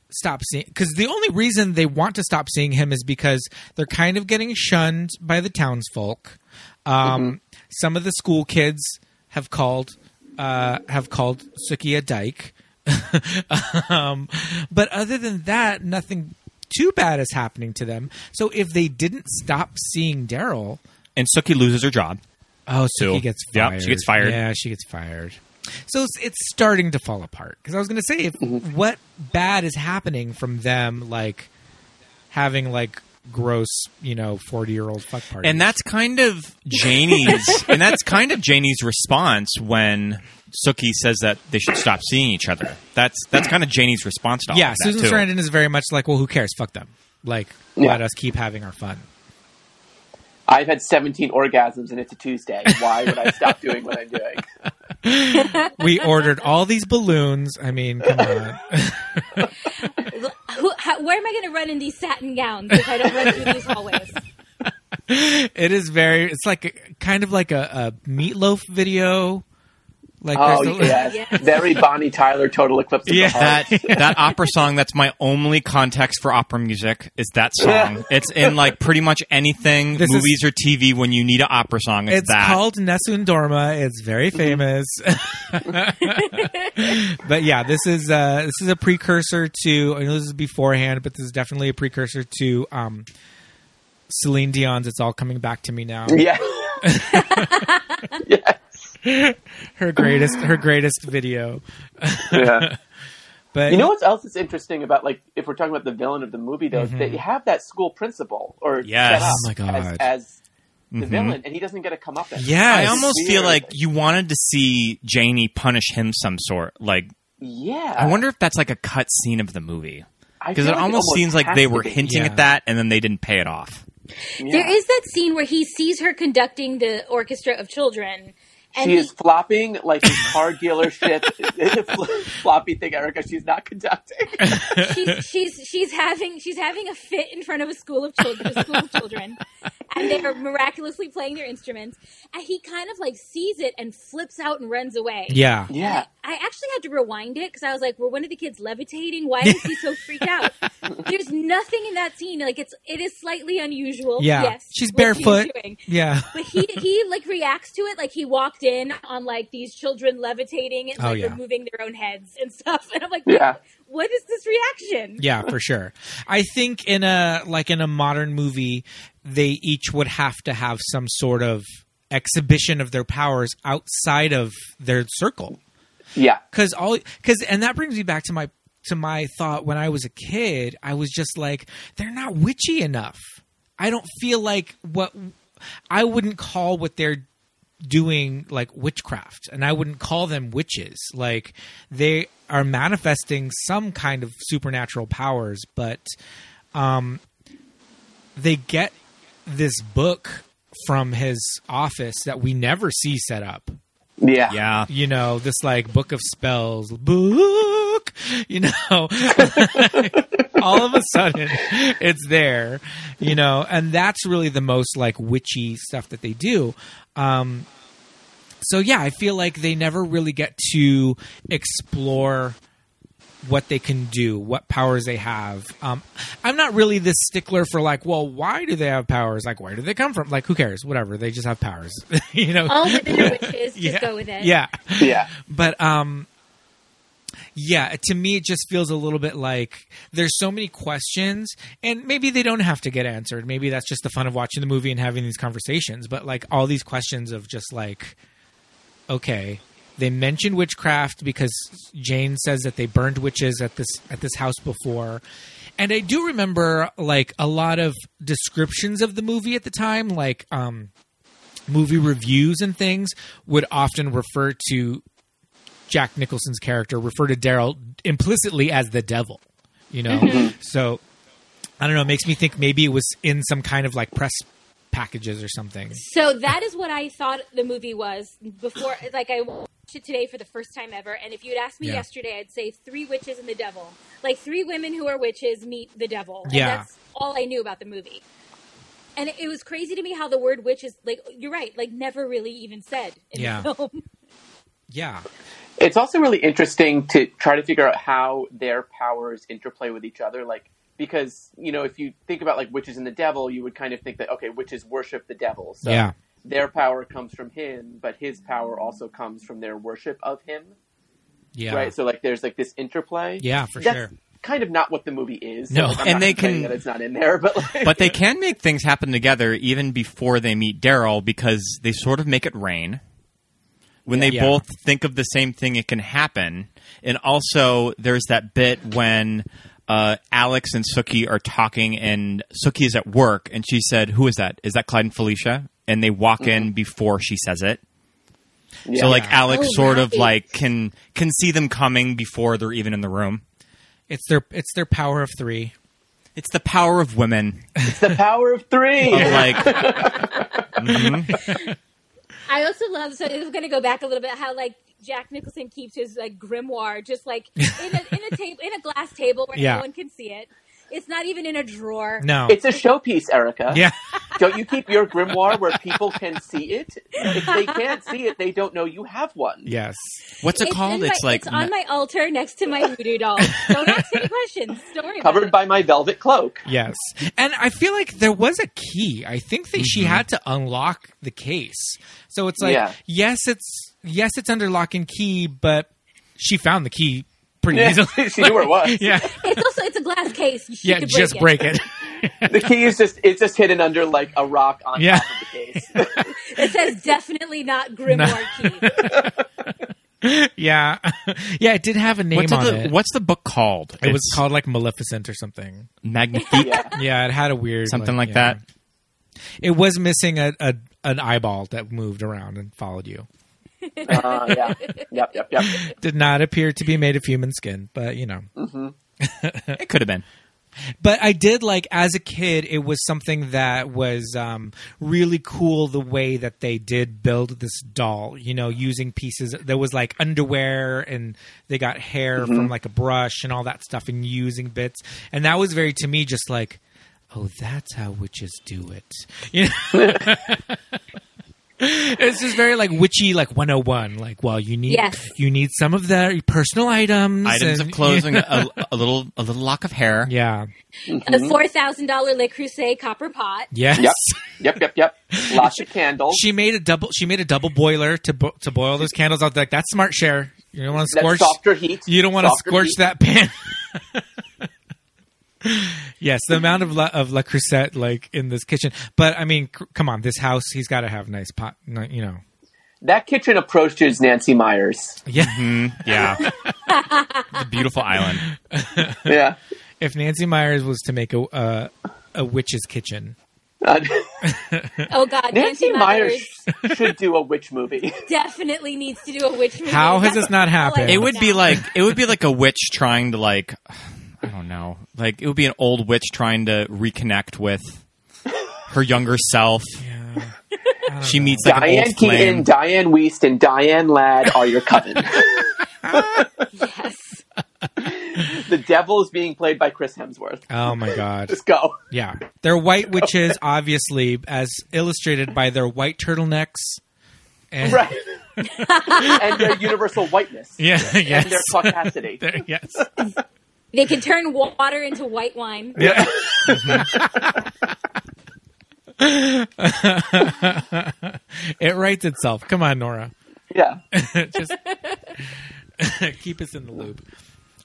stop seeing because the only reason they want to stop seeing him is because they're kind of getting shunned by the townsfolk. Um, Some of the school kids have called uh, have called Suki a dyke. um, but other than that, nothing too bad is happening to them. So if they didn't stop seeing Daryl, And Suki loses her job. Oh, Too. Suki gets Yep, fired. she gets fired. Yeah, she gets fired. So it's, it's starting to fall apart. Because I was going to say, if, Mm-hmm. what bad is happening from them, like having like gross, you know, forty year old fuck party? And that's kind of Janie's and that's kind of Janie's response when Suki says that they should stop seeing each other. That's that's kind of Janie's response to all yeah, of that Susan too. Sarandon is very much like, well, who cares? Fuck them. Like, Yeah. let us keep having our fun. I've had 17 orgasms and it's a Tuesday. Why would I stop doing what I'm doing? we ordered all these balloons. I mean, come on. Who, how, where am I going to run in these satin gowns if I don't run through these hallways? it is very. It's like a, kind of like a, a meatloaf video. Like, oh, there's a- yes. Very Bonnie Tyler total eclipse of Yeah, the heart. that that opera song. That's my only context for opera music is that song. It's in like pretty much anything, This is- movies or TV. When you need an opera song, it's, It's that. called Nessun Dorma. It's very famous. but yeah, this is uh, this is a precursor to. I know this is beforehand, but this is definitely a precursor to um, Celine Dion's "It's All Coming Back to Me Now." Yeah. her greatest her greatest video. Yeah. but you know what else is interesting about like if we're talking about the villain of the movie though Mhm. that you have that school principal or Mm-hmm. Yes. set up Oh, my God. as, as the Mhm. villain and he doesn't get a comeuppance. Yeah, I almost feel Weird. like you wanted to see Janie punish him some sort. Like, yeah. I wonder if that's like a cut scene of the movie I because feel it like it almost almost seems like has they to were be. hinting Yeah. at that and then they didn't pay it off. There is that scene where he sees her conducting the orchestra of children, and she he is flopping like a car dealership floppy thing, Erica. She's not conducting. she's she's she's having she's having a fit in front of a school of children, a school of children, and they are miraculously playing their instruments. And he kind of like sees it and flips out and runs away. Yeah. Yeah. I actually had to rewind it because I was like, "Were one of the kids levitating? Why is he so freaked out?" There's nothing in that scene. Like it's it is slightly unusual. Yeah, Yes, she's what he is barefoot. doing. Yeah. but he he like reacts to it like he walked in on like these children levitating and Oh, like yeah. removing their own heads and stuff, and I'm like, Yeah. what is this reaction? yeah for sure i think in a like in a modern movie they each would have to have some sort of exhibition of their powers outside of their circle yeah because all because and that brings me back to my to my thought when i was a kid i was just like they're not witchy enough i don't feel like what i wouldn't call what they're doing like witchcraft and i wouldn't call them witches like they are manifesting some kind of supernatural powers but um they get this book from his office that we never see set up Yeah. Yeah. you know, this like book of spells book, you know, all of a sudden it's there, you know, and that's really the most like witchy stuff that they do. Um, so yeah, I feel like they never really get to explore what they can do, what powers they have. Um, I'm not really this stickler for like, well, why do they have powers? Like, where do they come from? Like, who cares? Whatever, they just have powers, you know. All women are witches. Just Yeah. go with it. Yeah. Yeah. But um yeah, to me it just feels a little bit like there's so many questions and maybe they don't have to get answered. Maybe that's just the fun of watching the movie and having these conversations, but like all these questions of just like okay, they mentioned witchcraft because Jane says that they burned witches at this at this house before. And I do remember like a lot of descriptions of the movie at the time like um movie reviews and things would often refer to Jack Nicholson's character refer to Daryl implicitly as the devil, you know. Mhm. So I don't know. It makes me think maybe it was in some kind of like press packages or something. So that is what I thought the movie was before. Like I watched it today for the first time ever, and if you'd asked me Yeah. yesterday, I'd say three witches and the devil, like three women who are witches meet the devil. And Yeah. that's all I knew about the movie. And it, it was crazy to me how the word witch is like you're right, like never really even said in Yeah. the film. Yeah. It's also really interesting to try to figure out how their powers interplay with each other. Like, because, you know, if you think about like witches and the devil, you would kind of think that, okay, witches worship the devil. So Yeah. their power comes from him, but his power also comes from their worship of him. Yeah. Right. So like there's like this interplay. Yeah, for That's sure. Kind of not what the movie is. No. like, I'm And not they complaining can- that it's not in there, but like, but they can make things happen together even before they meet Daryl because they sort of make it rain. When they Yeah. both think of the same thing, it can happen. And also, there's that bit when uh, Alex and Sookie are talking, and Sookie is at work, and she said, "Who is that? Is that Clyde and Felicia?" And they walk in before she says it. Yeah. So like Alex Oh, sort of right. like can can see them coming before they're even in the room. It's their it's their power of three. It's the power of women. It's the power of three. Oh. Of like, mhm. I also love. So this is going to go back a little bit. How like Jack Nicholson keeps his like grimoire just like in a in a table in a glass table where Yeah. no one can see it. It's not even in a drawer. It's uh, a showpiece, Erica. Yeah. Don't you keep your grimoire where people can see it? If they can't see it, they don't know you have one. Yes. What's it It's called? in my- it's like on my altar next to my voodoo doll. Don't ask any questions. Don't worry about Covered by my velvet cloak. Yes. And I feel like there was a key. I think that she had to unlock the case. So it's like Yeah. yes, it's yes, it's under lock and key, but she found the key pretty Yeah, easily. she knew where it was. Yeah. it. It's also it's a glass case. You yeah, could break just it. break it. The key is just it's just hidden under like a rock on Yeah. top of the case. It says definitely not grimoire key. yeah. yeah, it did have a name What's on the- it. what's the book called? It was It's- called like Maleficent or something. Magnifique. Yeah. it had a weird Something like yeah. It was missing a, a an eyeball that moved around and followed you. Uh, yeah. Yep, yep, yep. Did not appear to be made of human skin, but you know. hmm it could have been. But I did like as a kid, it was something that was um, really cool the way that they did build this doll, you know, using pieces. There was like underwear and they got hair Mm-hmm. Mhm. from like a brush and all that stuff and using bits. And that was very, to me, just like, oh, that's how witches do it. You know? it's just very like witchy, like 101. Like, well, you need Yes. you need some of their personal items, Items and- of clothes and a, a little a little lock of hair. Yeah. Mm-hmm. A four thousand dollar Le Creuset copper pot. Yes. Yep. Yep. Yep. Lots of candles. She made a double. She made a double boiler to bo- to boil those candles out. Like that's smart, share. You don't want to That scorch softer heat. You don't want to Softer scorch heat. that pan. yes, the amount of La, of La Creuset like in this kitchen. But I mean, c- come on, this house. He's got to have nice pot. n- You know. That kitchen approaches Nancy Myers. Yeah. yeah. the beautiful island. Yeah. If Nancy Myers was to make a uh, a witch's kitchen. Oh God, Uh, Nancy Nancy, Myers should do a witch movie. definitely needs to do a witch movie. How has That's this not all I happened? know It would now. be like it would be like a witch trying to like I don't know. Like it would be an old witch trying to reconnect with her younger self. She meets like an Diane old flame. Keaton, Diane Weist, and Diane Ladd are your coven. yes. The devil is being played by Chris Hemsworth. Oh my god. Just go. Yeah. They're white witches, obviously, as illustrated by their white turtlenecks. And, Right. and their universal whiteness. Yeah, And yes. their caucasity. yes. They can turn wa- water into white wine. Yeah. it writes itself. Come on, Nora. Yeah. Just Keep us in the loop.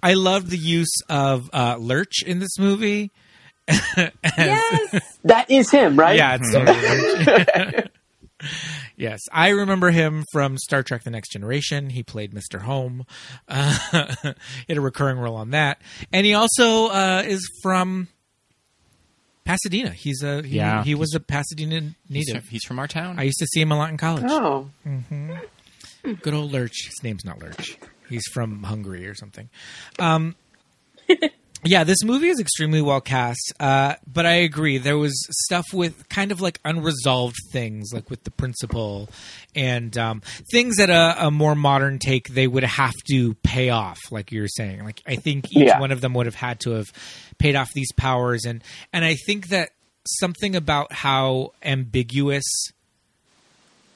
I love the use of uh, Lurch in this movie. yes, that is him, right? Yeah, it's totally Lurch. Mm-hmm. yes, I remember him from Star Trek: The Next Generation. He played Mister Home. Uh, he had a recurring role on that, and he also uh, is from Pasadena. He's a he, Yeah. He was a Pasadena native. He's from our town. I used to see him a lot in college. Oh. hmm Good old Lurch. His name's not Lurch. He's from Hungary or something. Um, yeah, this movie is extremely well cast, uh, but I agree. There was stuff with kind of like unresolved things, like with the principal and um, things that a, a more modern take they would have to pay off, like you were saying. Like I think each Yeah. one of them would have had to have paid off these powers, and and I think that something about how ambiguous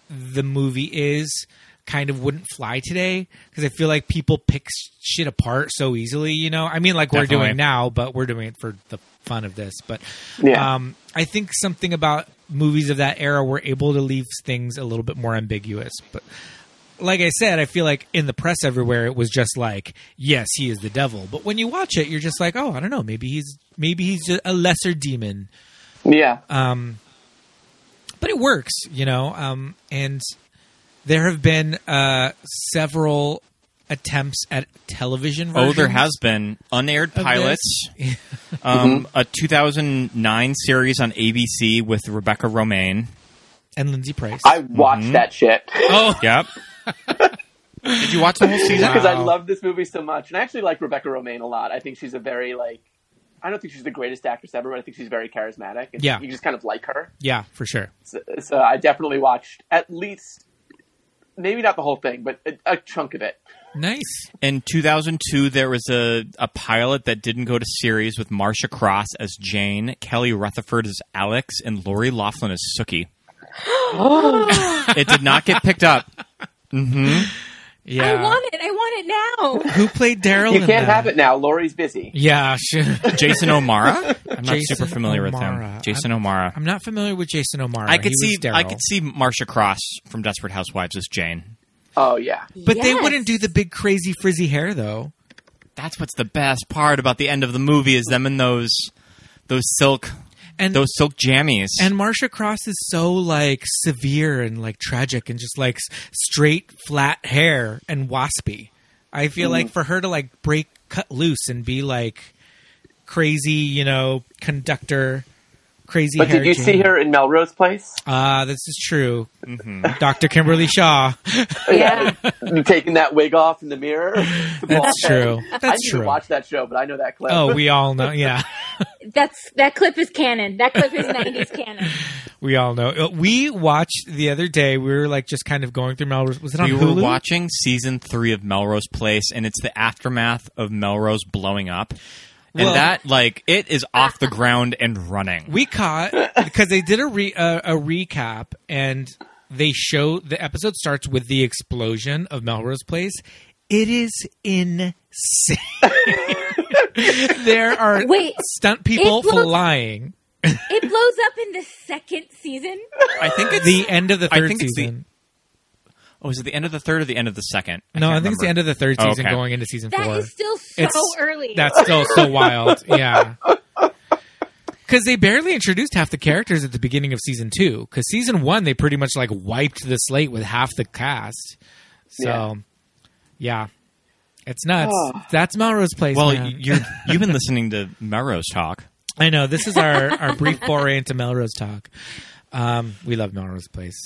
the movie is kind of wouldn't fly today because I feel like people pick s- shit apart so easily, you know? I mean, like we're Definitely. doing now, but we're doing it for the fun of this. But Yeah. um, I think something about movies of that era were able to leave things a little bit more ambiguous. But like I said, I feel like in the press everywhere, it was just like, yes, he is the devil. But when you watch it, you're just like, oh, I don't know. Maybe he's, maybe he's just a lesser demon. Yeah. Um, but it works, you know. Um, and there have been uh, several attempts at television. Oh, there versions. has been unaired this? pilots. um, a 2009 series on ABC with Rebecca Romaine. and Lindsay Price. I watched Mhm. that shit. Oh, Yep. Did you watch the whole season? because I love this movie so much, and I actually like Rebecca Romaine a lot. I think she's a very like, I don't think she's the greatest actress ever, but I think she's very charismatic. And Yeah. you just kind of like her. yeah, for sure. So, so I definitely watched at least, maybe not the whole thing, but a, a chunk of it. Nice. In 2002, there was a, a pilot that didn't go to series with Marsha Cross as Jane, Kelly Rutherford as Alex, and Lori Laughlin as Sookie. It did not get picked up. hmm I want it. I want it now. Who played Daryl? You in can't that? have it now. Lori's busy. Yeah, sure. Jason O'Mara. I'm not Jason super familiar with O'Mara. him. Jason O'Mara. I'm not familiar with Jason O'Mara. I could He was see I Daryl. could see Marsha Cross from Desperate Housewives as Jane. Oh yeah. but they wouldn't do the big crazy frizzy hair though. That's what's the best part about the end of the movie is them in those those silk and those silk jammies. And Marsha Cross is so like severe and like tragic and just like s- straight flat hair and waspy. I feel like Mm-hmm. for her to like break cut loose and be like crazy, you know, conductor, crazy. But did hair you see Jane. her in Melrose Place? Ah, this is true. Mm-hmm. Dr. Kimberly Shaw. Yeah. Taking that wig off in the mirror. That's true. That's I didn't true. even watch that show, but I know that clip. Oh, we all know. Yeah, That's that clip is canon. That clip is nineties canon. we all know. Uh, We watched the other day. We were like just kind of going through Melrose. Was it on we Hulu? were watching season three of Melrose Place, and it's the aftermath of Melrose blowing up. And Well- that like it is off the ground and running. We caught because they did a re, uh, a recap and they show the episode starts with the explosion of Melrose Place. It is insane. there are Wait, stunt people it looks- flying. It blows up in the second season. I think it's the end of the I third think it's the- season. Oh, is it the end of the third or the end of the second? no, I can't think it's the end remember. of the third Oh, season okay. going into season That four. is still so early. That's still so wild. Yeah. Because they barely introduced half the characters at the beginning of season two. Because season one, they pretty much like wiped the slate with half the cast. So, yeah, Yeah. it's nuts. Oh. That's Melrose Place. Well, man. you you've been listening to Melrose talk. I know this is our our brief foray into Melrose talk. Um, we love Melrose Place.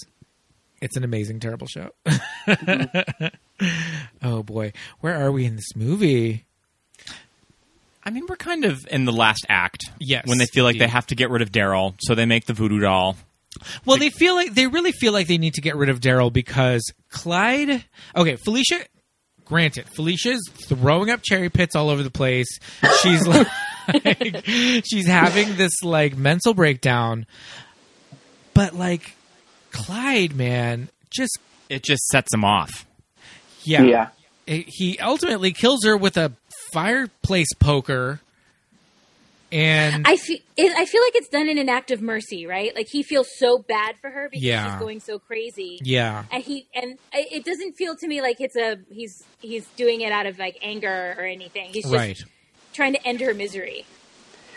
It's an amazing, terrible show. oh boy, where are we in this movie? I mean, we're kind of in the last act. Yes, When they feel like they have to get rid of Daryl, so they make the voodoo doll. Well, they feel like they really feel like they need to get rid of Daryl because Clyde. Okay, Felicia. Granted, Felicia's throwing up cherry pits all over the place. She's like, she's having this like mental breakdown. But like, Clyde, man, just It just sets them off. yeah, Yeah. He ultimately kills her with a fireplace poker. And I feel it, I feel like it's done in an act of mercy, right? Like he feels so bad for her because Yeah. she's going so crazy. Yeah. and he and I- it doesn't feel to me like it's a he's he's doing it out of like anger or anything. He's just right. trying to end her misery.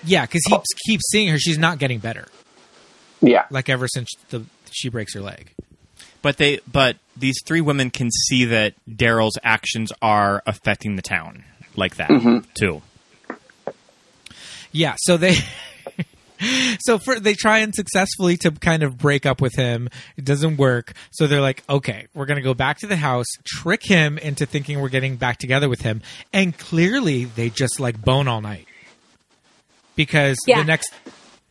Yeah, because he keeps seeing her. She's not getting better. Yeah. Like ever since the, she breaks her leg. But they but these three women can see that Daryl's actions are affecting the town like that Mm-hmm. too. Yeah, so they so for they try and successfully to kind of break up with him. It doesn't work. So they're like, "Okay, we're going to go back to the house, trick him into thinking we're getting back together with him." And clearly they just like bone all night. Because Yeah. the next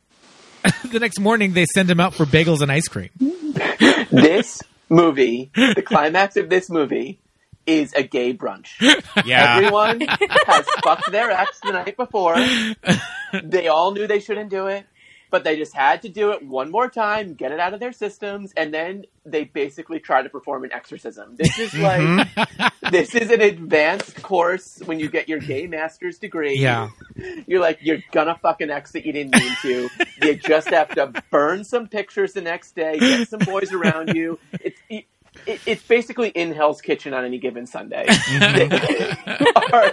the next morning they send him out for bagels and ice cream. this movie, the climax of this movie, is a gay brunch. Yeah. Everyone has fucked their ex the night before. They all knew they shouldn't do it, but they just had to do it one more time, get it out of their systems, and then they basically try to perform an exorcism. This is like this is an advanced course when you get your gay master's degree. Yeah. You're like, you're gonna fucking exit you didn't mean to. you just have to burn some pictures the next day, get some boys around you. It's it, it- it's basically in Hell's Kitchen on any given Sunday. They are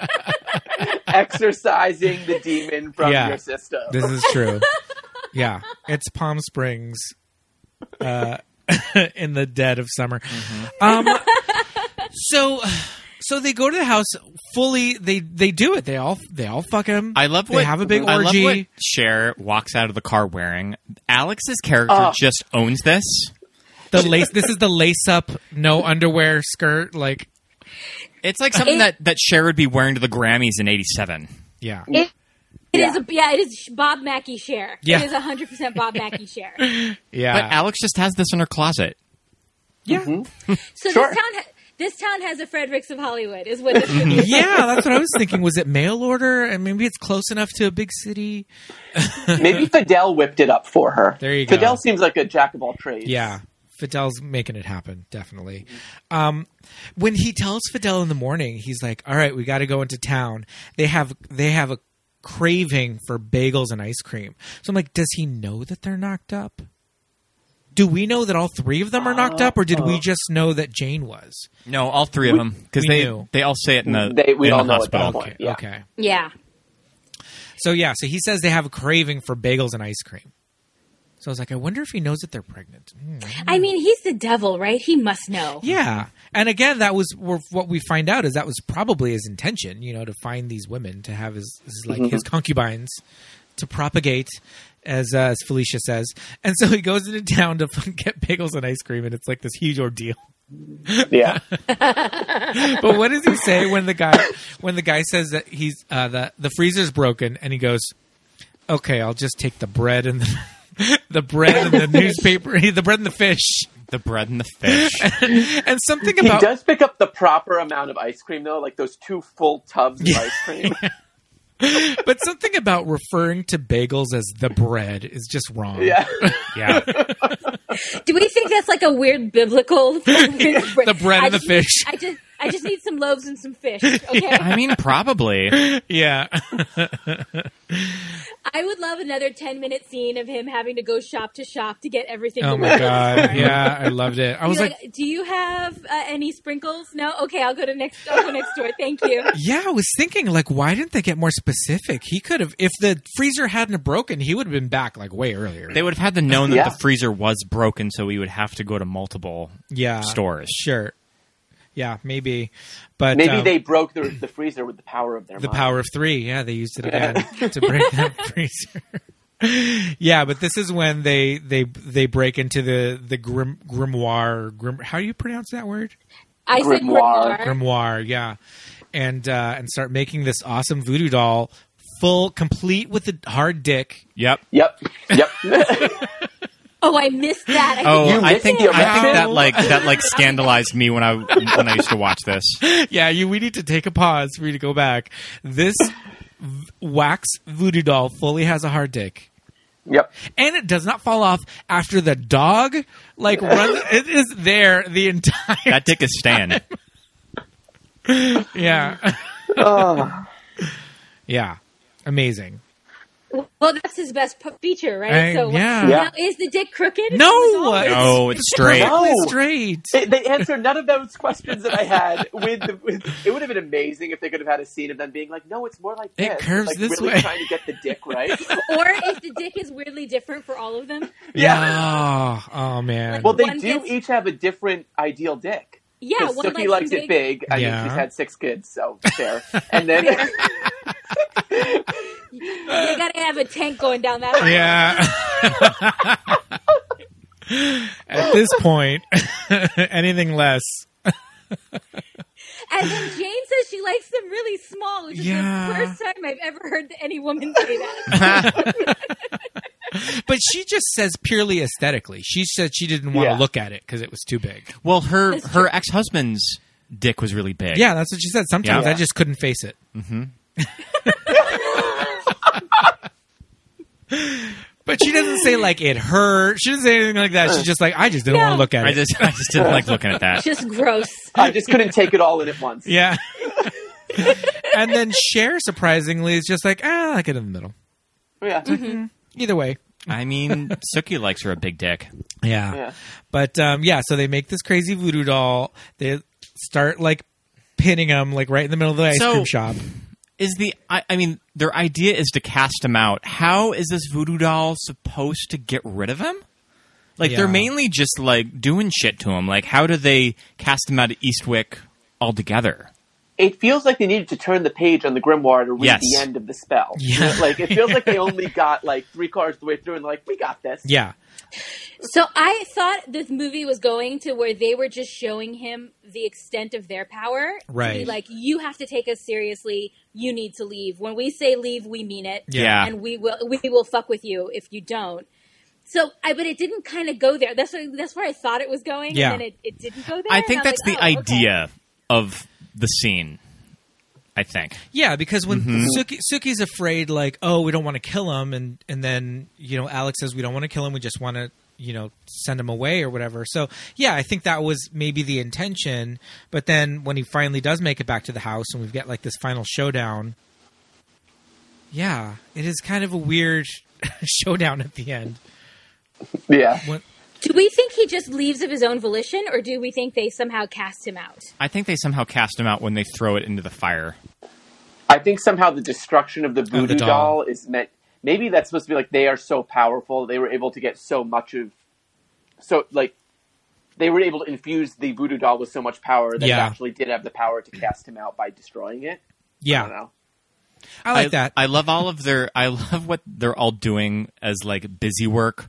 exercising the demon from Yeah. your system. This is true. yeah, it's Palm Springs uh, in the dead of summer. Um, so, so they go to the house fully. They they do it. They all they all fuck him. I love They what have a big I love orgy. what Cher walks out of the car wearing. Alex's character Oh. just owns this. the lace. This is the lace up, no underwear skirt. Like It's like something that that Cher would be wearing to the Grammys in '87. Yeah. It, it is a, yeah, it is Bob Mackey share. Yeah. It is hundred percent Bob Mackey share. Yeah. But Alex just has this in her closet. Yeah. So Sure. this town, ha- this town has a Fredericks of Hollywood, is what this movie is. yeah, that's what I was thinking. Was it mail order? And maybe it's close enough to a big city. Maybe Fidel whipped it up for her. There you go. Fidel seems like a jack of all trades. Yeah. Fidel's making it happen, definitely. Um, when he tells Fidel in the morning, he's like, "All right, we got to go into town." They have they have a craving for bagels and ice cream. So I'm like, does he know that they're knocked up? Do we know that all three of them are knocked up, or did we just know that Jane was? No, all three of them because we they knew. they all say it in the They- we in all the know at that hospital. point, Okay, yeah. okay. Yeah. So yeah, so he says they have a craving for bagels and ice cream. So I was like, I wonder if he knows that they're pregnant. Hmm. I mean, he's the devil, right? He must know. Yeah, and again, that was we're- what we find out is that was probably his intention, you know, to find these women to have his, his like his Mhm. concubines to propagate, as uh, as Felicia says. And so he goes into town to get bagels and ice cream, and it's like this huge ordeal. Yeah. but what does he say when the guy when the guy says that he's uh, the the freezer's broken, and he goes, "Okay, I'll just take the bread and the." The bread and the newspaper, the bread and the fish, the bread and the fish, and something He about does pick up the proper amount of ice cream though, like those two full tubs of ice cream. but something about referring to bagels as the bread is just wrong. Yeah. yeah. Do we think that's like a weird biblical? the bread and the fish. I just, I just need some loaves and some fish. Okay. I mean, probably. Yeah. I would love another ten minute scene of him having to go shop to shop to get everything. oh my delivered. god. Yeah, I loved it. I was You're like, "Do you have uh, any sprinkles? No. Okay, I'll go to next. I'll go next door. Thank you. yeah, I was thinking like, why didn't they get more specific? He could have, if the freezer hadn't broken, he would have been back like way earlier. They would have had to known that Yeah. the freezer was broken, so we would have to go to multiple yeah stores. Sure. Yeah, maybe, but Maybe um, they broke the, the freezer with the power of their the mind. power of three. Yeah, they used it again to break that freezer. yeah, but this is when they they they break into the the grim, grimoire. Grim, how do you pronounce that word? I said Grimoire. grimoire. Grimoire, yeah, and uh, and start making this awesome voodoo doll, full complete with the hard dick. Yep. Yep. Yep. Oh, I missed that. I Oh, think I think I you think missed it. that like that like scandalized me when I when I used to watch this. yeah, you. We need to take a pause for you to go back. This v- wax voodoo doll fully has a hard dick. Yep, and it does not fall off after the dog like runs. It is there the entire. That dick is Stan. yeah. yeah. Amazing. Well, that's his best p- feature, right? Hey, so yeah. now is the dick crooked? No, It was all- No, Oh, it's straight. straight. They, they answered none of those questions that I had. With, the, with it would have been amazing if they could have had a scene of them being like, "No, it's more like It this." It's curves like this really way. trying to get the dick right. or if the dick is weirdly different for all of them. Yeah. Oh, man. well, they One do gets- each have a different ideal dick. Yeah, 'Cause one Snooki likes likes him it big. I Yeah. mean, she's had six kids, so fair. And then They gotta have a tank going down that. line. Yeah. At this point, anything less. And then Jane says she likes them really small, which is Yeah. the first time I've ever heard any woman say that. But she just says purely aesthetically. She said she didn't want to look at it because it was too big. Well, her That's her ex husband's dick was really big. Yeah, Mm-hmm. that's what she said. Sometimes Yeah. I just couldn't face it. hmm But she doesn't say like it hurt. She doesn't say anything like that. She's just like I just didn't want to look at it. I just I just didn't like looking at It's that. just gross. I just couldn't take it all in at once. yeah. and then Cher surprisingly is just like ah, I like it in the middle. Yeah. Mm-hmm. Either way. I mean, Suki likes her a big dick. Yeah. Yeah. But um, yeah, so they make this crazy voodoo doll. They start like pinning him like right in the middle of the ice So- cream shop. Is the I, I mean, their idea is to cast him out. How is this voodoo doll supposed to get rid of him? Like Yeah. they're mainly just like doing shit to him. Like how do they cast him out of Eastwick altogether? It feels like they needed to turn the page on the grimoire to read Yes. the end of the spell. Yeah. Like it feels like they only got like three cards the way through, and they're like, "We got this." Yeah. So I thought this movie was going to where they were just showing him the extent of their power. to be Right. like, you have to take us seriously. You need to leave. When we say leave, we mean it. Yeah. And we will we will fuck with you if you don't. So I but it didn't kind of go there. That's where, that's where I thought it was going. Yeah. And then it, it didn't go there. I and think I'm that's like, the "Oh, okay." idea of the scene. I think. Yeah, because when Suki, Suki's afraid, like, oh, we don't want to kill him, and and then you know, Alex says we don't want to kill him, we just want to you know send him away or whatever. So yeah, I think that was maybe the intention. But then when he finally does make it back to the house, and we've got like this final showdown. Yeah, it is kind of a weird showdown at the end. Yeah. What? Do we think he just leaves of his own volition, or do we think they somehow cast him out? I think they somehow cast him out when they throw it into the fire. I think somehow the destruction of the voodoo doll. doll. is meant. Maybe that's supposed to be like they are so powerful. They were able to get so much of, so like, they were able to infuse the voodoo doll with so much power that Yeah. it actually did have the power to cast him out by destroying it. I don't Yeah, know. I like that. I love all of their. I love what they're all doing as like busy work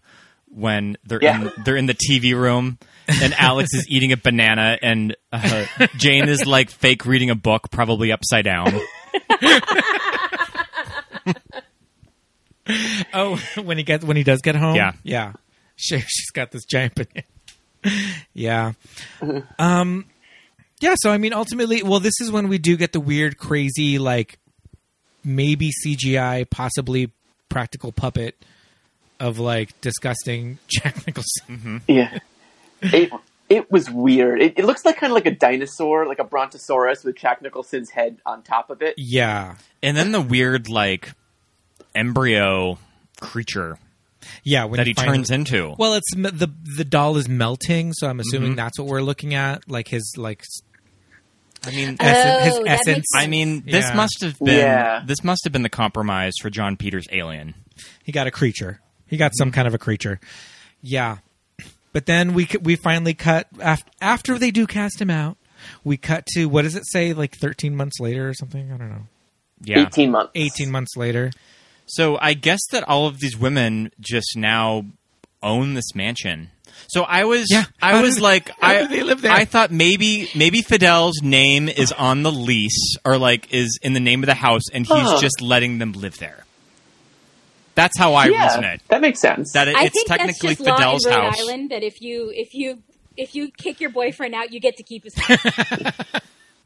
when they're Yeah. in they're in the TV room and Alex is eating a banana and uh, Jane is like fake reading a book probably upside down. Oh, when he gets when he does get home. Yeah. yeah. She, she's got this giant banana. yeah. Um. Yeah. So I mean, ultimately, well, this is when we do get the weird, crazy, like maybe CGI, possibly practical puppet of like disgusting Jack Nicholson. Yeah. It it was weird. It, it looks like kind of like a dinosaur, like a brontosaurus with Jack Nicholson's head on top of it. Yeah. And then the weird like embryo creature Yeah. When that he finally- turns into. Well, it's m- the the doll is melting, so I'm assuming Mm-hmm. that's what we're looking at, like his like s- I mean, essence. Oh, that his makes essence. sense. I mean, this Yeah. must have been Yeah. this must have been the compromise for John Peters' Alien. He got a creature. He got some kind of a creature. Yeah. But then we c- we finally cut af- after they do cast him out. We cut to what does it say? Like thirteen months later or something? I don't know. Yeah, Eighteen months. Eighteen months later. So I guess that all of these women just now own this mansion. So I was, Yeah. I How was do- like, how I do they live there? I thought maybe, maybe Fidel's name is on the lease or like is in the name of the house, and he's Huh. just letting them live there. That's how I yeah, reason it. that makes sense. That it, I it's think technically that's just law Fidel's in Rhode house. Island that if you if you if you kick your boyfriend out, you get to keep his house.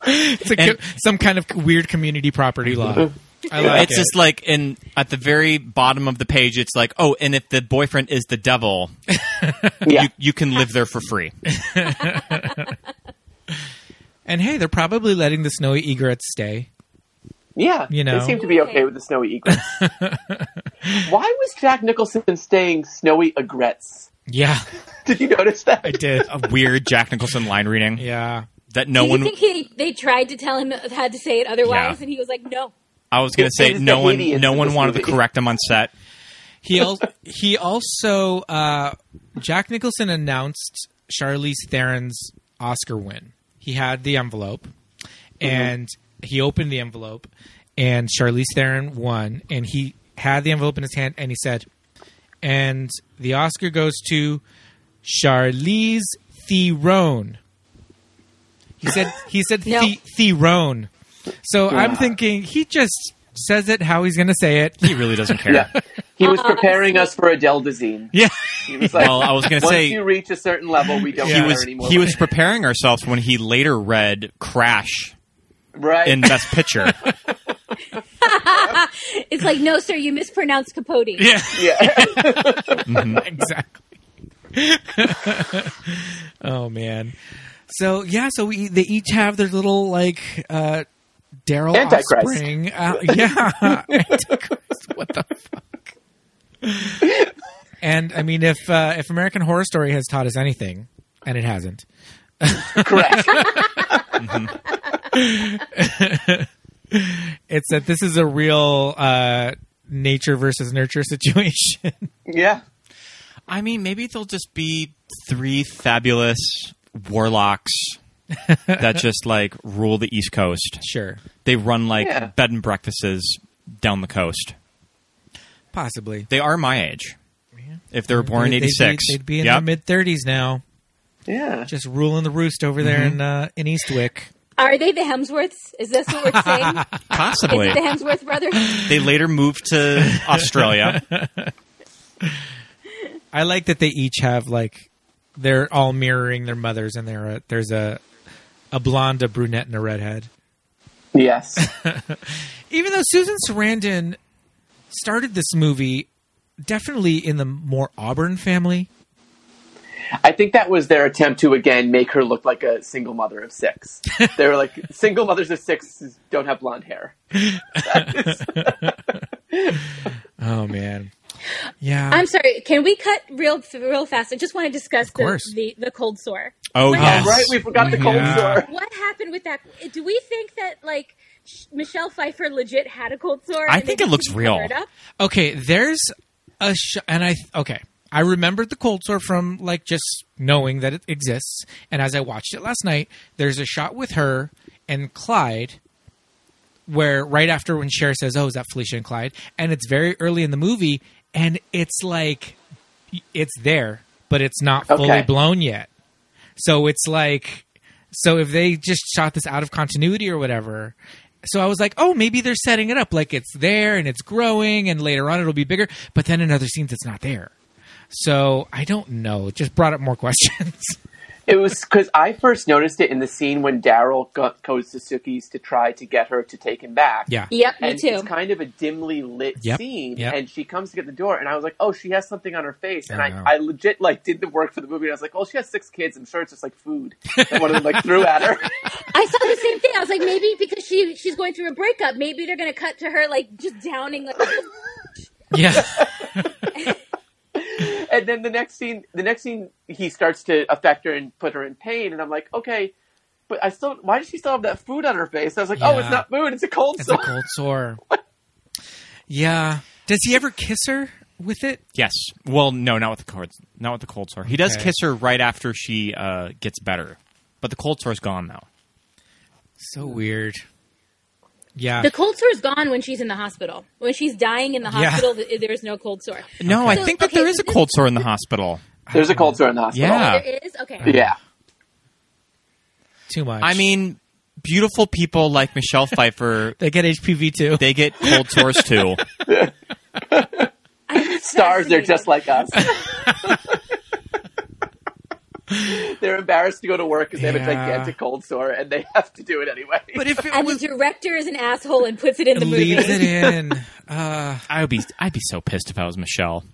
It's a And- co- some kind of weird community property law. I like it's it. just like in at the very bottom of the page. It's like, oh, and if the boyfriend is the devil, yeah. you, you can live there for free. and hey, they're probably letting the snowy egrets stay. yeah. you know. They seem to be okay with the snowy egrets. Why was Jack Nicholson staying snowy aigrettes? Yeah. Did you notice that? I did. A weird Jack Nicholson line reading. Yeah. That no Do you one. think he, they tried to tell him how to say it otherwise, Yeah. and he was like, "No." I was going to say It is no the one. idiots No of one this wanted to movie. correct him on set. He al- he also uh, Jack Nicholson announced Charlize Theron's Oscar win. He had the envelope, and he opened the envelope, and Charlize Theron won. And he had the envelope in his hand, and he said, "And the Oscar goes to Charlize Theron." He said he said the- Theron. So I'm Yeah. thinking he just says it how he's going to say it. He really doesn't care. Yeah. He was preparing us for Adele Dazeem. Yeah. He was like, Well, I was gonna once say- you reach a certain level, we don't He care was. anymore. He was preparing ourselves when he later read Crash right. in Best Picture. it's like, "No, sir, you mispronounced Capote." Yeah. yeah. Mhm. exactly. oh man. So yeah, so we, they each have their little like uh Daryl Antichrist. Offspring. Uh, yeah, Antichrist. What the fuck? And I mean, if uh, if American Horror Story has taught us anything, and it hasn't, correct. it's that this is a real uh, nature versus nurture situation. yeah. I mean, maybe they'll just be three fabulous warlocks that just like rule the East Coast. Sure. They run like Yeah. bed and breakfasts down the coast. Possibly. They are my age. If they were born in They'd be- '86, They'd, be in Yep. their mid thirties now. Yeah, just ruling the roost over there in uh, in Eastwick. Are they the Hemsworths? Is this what we're saying? Possibly. Is it the Hemsworth brothers? They later moved to Australia. I like that they each have like they're all mirroring their mothers, and there are- there's a a blonde, a brunette, and a redhead. Yes. Even though Susan Sarandon started this movie definitely in the more Auburn family. I think that was their attempt to again make her look like a single mother of six. They were like, single mothers of six don't have blonde hair. Oh man, yeah. I'm sorry. Can we cut real real fast? I just want to discuss the, course. the the cold sore. Oh, What yes. happened- Right, we forgot the cold Yeah. sore. What happened with that? Do we think that like Sh- Michelle Pfeiffer legit had a cold sore? I and they think it just looks covered real. it up? Okay, there's a sh- and I okay. I remembered the cold sore from like just knowing that it exists, and as I watched it last night, there's a shot with her and Clyde, where right after when Cher says, "Oh, is that Felicia and Clyde?" and it's very early in the movie, and it's like it's there, but it's not fully Okay. blown yet. So it's like, so if they just shot this out of continuity or whatever. So I was like, oh, maybe they're setting it up like it's there and it's growing, and later on it'll be bigger. But then in other scenes, it's not there. So I don't know. It just brought up more questions. It was because I first noticed it in the scene when Daryl go- goes to Suki's to try to get her to take him back. Yeah. Yep, me and too. It's kind of a dimly lit Yep, scene, yep. and she comes to get the door, and I was like, "Oh, she has something on her face," and I I, know. I, legit like did the work for the movie, and I was like, "Oh, she has six kids. I'm sure it's just like food." And one of them like threw at her. I saw the same thing. I was like, maybe because she she's going through a breakup, maybe they're going to cut to her like just downing like. yeah. and then the next scene, the next scene, he starts to affect her and put her in pain, and I'm like, "Okay." But I still, why does she still have that food on her face? I was like, oh, Yeah. it's not food, it's a cold It's a sore. cold sore. yeah. Does he ever kiss her with it? Yes. Well, no, not with the cold, not with the cold sore. He does Okay. kiss her right after she uh, gets better, but the cold sore's gone now. So weird. Yeah. The cold sore is gone when she's in the hospital. When she's dying in the Yeah. hospital, th- there is no cold sore. No, I So- think that okay, there is so a cold sore in the hospital. There's a cold sore in the hospital. Yeah. There is okay. Yeah. Too much. I mean, beautiful people like Michelle Pfeiffer, they get HPV too. They get cold sores too. Stars, they're just like us. they're embarrassed to go to work because they have a Yeah. gigantic cold sore and they have to do it anyway. But if it And was the director is an asshole and puts it in the movie. leaves it in. Uh, I would be I'd be so pissed if I was Michelle.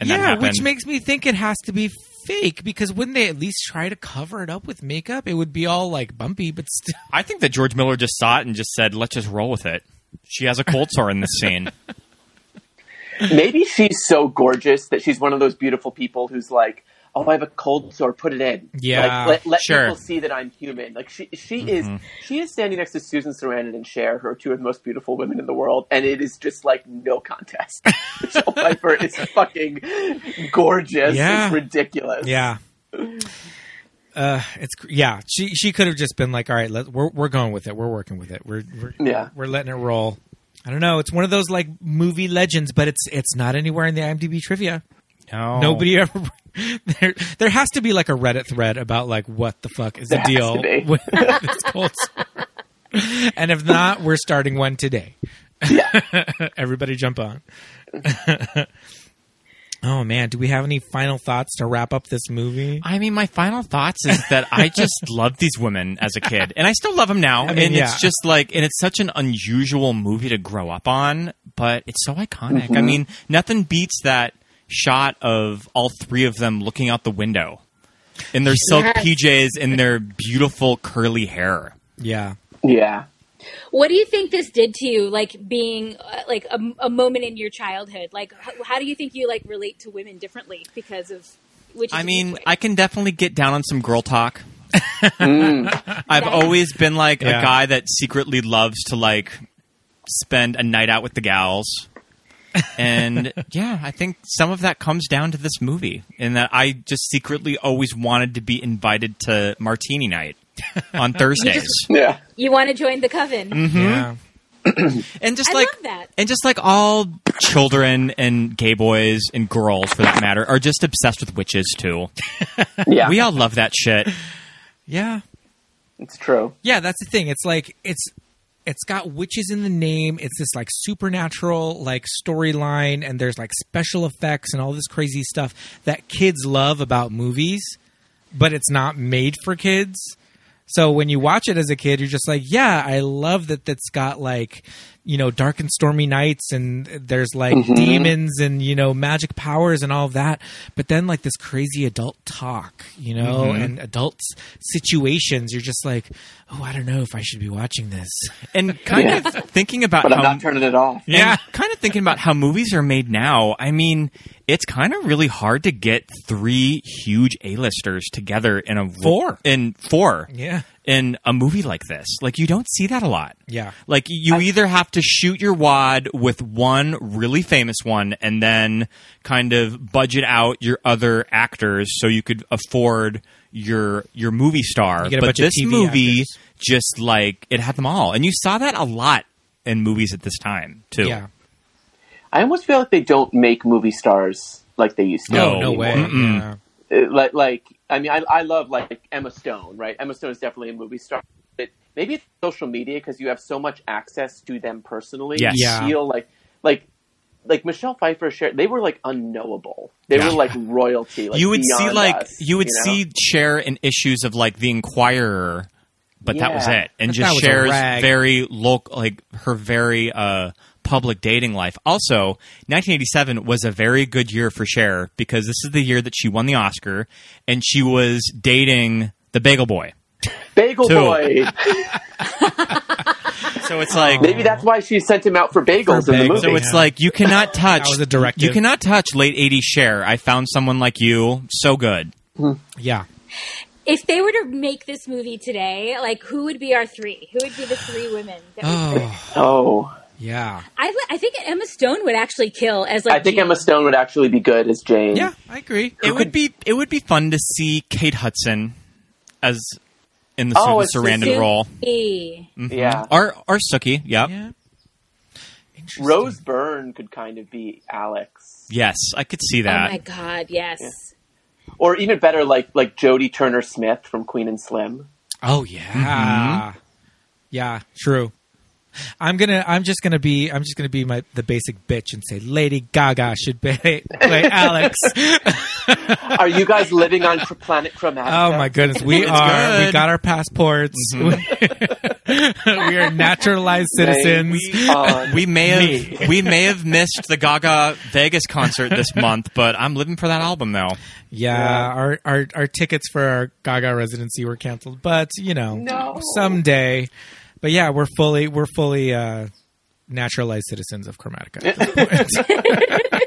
And that yeah, happened. which makes me think it has to be fake because wouldn't they at least try to cover it up with makeup? It would be all like bumpy, but still. I think that George Miller just saw it and just said, "Let's just roll with it." She has a cold sore in this scene. Maybe she's so gorgeous that she's one of those beautiful people who's like, "Oh, I have a cold sore. Put it in. Yeah, like, let, let sure. people see that I'm human." Like she, she Mm-hmm. is, she is standing next to Susan Sarandon and Cher, who are two of the most beautiful women in the world, and it is just like no contest. Michelle Pfeiffer is fucking gorgeous. Yeah. It's ridiculous. Yeah. Uh, it's cr- yeah. She she could have just been like, all right, let we're we're going with it. We're working with it. We're we're Yeah. we're letting it roll. I don't know. It's one of those like movie legends, but it's it's not anywhere in the IMDb trivia. No. Nobody ever. There, there has to be like a Reddit thread about like what the fuck is There the has deal to be. with this cold sore. And if not, we're starting one today. Everybody jump on. oh man, do we have any final thoughts to wrap up this movie? I mean, my final thoughts is that I just loved these women as a kid, and I still love them now. I mean, and yeah. it's just like, and it's such an unusual movie to grow up on, but it's so iconic. I Mhm. mean, nothing beats that shot of all three of them looking out the window in their silk Yes. PJs and their beautiful curly hair. Yeah. Yeah. What do you think this did to you, like being uh, like a, a moment in your childhood? Like, how, how do you think you like relate to women differently because of which? I mean, I can definitely get down on some girl talk. I've That- always been like Yeah. a guy that secretly loves to like spend a night out with the gals. and yeah, I think some of that comes down to this movie in that I just secretly always wanted to be invited to martini night on Thursdays. yeah. you want to join the coven? Mm-hmm. Mhm. Yeah. and just I like love that. and just like all children and gay boys and girls for that matter are just obsessed with witches too. Yeah. We all love that shit. Yeah. It's true. Yeah, that's the thing. It's like it's it's got witches in the name. It's this like supernatural like storyline and there's like special effects and all this crazy stuff that kids love about movies, but it's not made for kids. So when you watch it as a kid, you're just like, yeah, I love that that's got like, you know, dark and stormy nights and there's like Mm-hmm. Mhm. demons and, you know, magic powers and all of that. But then like this crazy adult talk, you know, Mhm. and adult s- situations, you're just like, oh, I don't know if I should be watching this. And kind of thinking about But I'm how not turning it off. Yeah, kind of thinking about how movies are made now. I mean, it's kind of really hard to get three huge A-listers together in a Four. in four Yeah. in a movie like this. Like you don't see that a lot. Yeah. Like you either have to shoot your wad with one really famous one and then kind of budget out your other actors so you could afford your your movie star. You get a but bunch of this TV movie just like it had them all. And you saw that a lot in movies at this time too. Yeah. I almost feel like they don't make movie stars like they used to. Oh, No, no way. anymore. Mm-mm. Yeah. Uh, like like I mean, I, I love like Emma Stone, right? Emma Stone is definitely a movie star, but maybe it's social media because you have so much access to them personally. Yes. You Yeah. feel like like like Michelle Pfeiffer, Cher, they were like unknowable. They Yeah. were like royalty. Like, you would see beyond like us, you would know? see Cher in issues of like the Inquirer, but that was Yeah. it, and But that just was a Cher's rag. very local, like her very uh, public dating life. Also, 1987 was a very good year for Cher because this is the year that she won the Oscar, and she was dating the Bagel Boy. Bagel Two. Boy. so it's like maybe that's why she sent him out for bagels Oh. in the movie. So it's like you cannot touch. That was a directive. You cannot touch late 80s Cher. I found someone like you, so good. Yeah. If they were to make this movie today, like who would be our three? Who would be the three women? That Uh. we- oh. Yeah. I li- I think Emma Stone would actually kill as like I think Jean. Emma Stone would actually be good as Jane. Yeah, I agree. It would be it would be fun to see Kate Hudson as in the, Oh, the it's the Sarandon Suki. role. Be. Mhm. Yeah. Mm-hmm. Or or Suki. Yep. Rose Byrne could kind of be Alex, Yes, I could see that. Oh my god, yes. or even better, like like Jodie Turner Smith from Queen and Slim. Oh Mm-hmm. yeah. Yeah, true. I'm gonna. I'm just gonna be. I'm just gonna be my the basic bitch and say Lady Gaga should be, play Alex. Are you guys living on pr- planet Chromatica? Oh my goodness, we It's are. We good. Mm-hmm. got our passports. we are naturalized May citizens. we- we may have Me. we may have missed the Gaga Vegas concert this month, but I'm living for that album though. Yeah, Our, our our tickets for our Gaga residency were canceled, but you know, No. someday. But yeah, we're fully we're fully uh, naturalized citizens of Chromatica. at this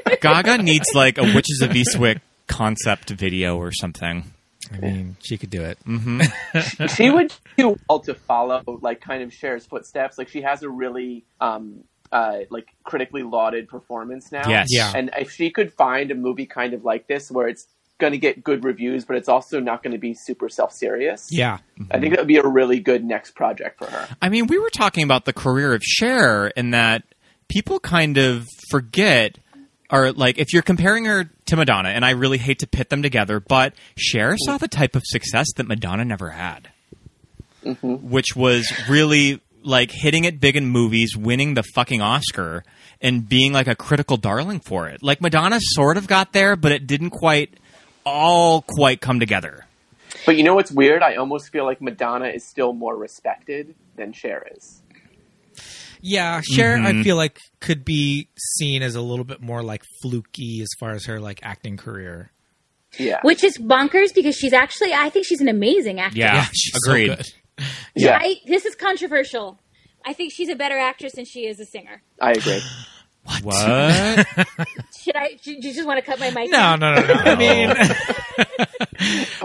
point. Gaga needs like a Witches of Eastwick concept video or something. I mean, she could do it. hmm she would do well to follow like kind of Cher's footsteps. Like she has a really um uh like critically lauded performance now. Yes. Yeah. And if she could find a movie kind of like this where it's gonna get good reviews but it's also not gonna be super self serious. Yeah. I think that would be a really good next project for her. I mean, we were talking about the career of Cher in that people kind of forget or like if you're comparing her to Madonna, and I really hate to pit them together, but Cher saw the type of success that Madonna never had. Which was really like hitting it big in movies, winning the fucking Oscar, and being like a critical darling for it. Like Madonna sort of got there, but it didn't quite all quite come together. But you know what's weird? I almost feel like Madonna is still more respected than Cher is. Yeah, Cher, I Mm-hmm. Mhm. feel like could be seen as a little bit more like fluky as far as her like acting career. Yeah. Which is bonkers because she's actually, I think she's an amazing actor. she's agreed. So good. I, this is controversial. I think she's a better actress than she is a singer. I agree. What? Should I? Do you just want to cut my mic? no, down? no, no, no. I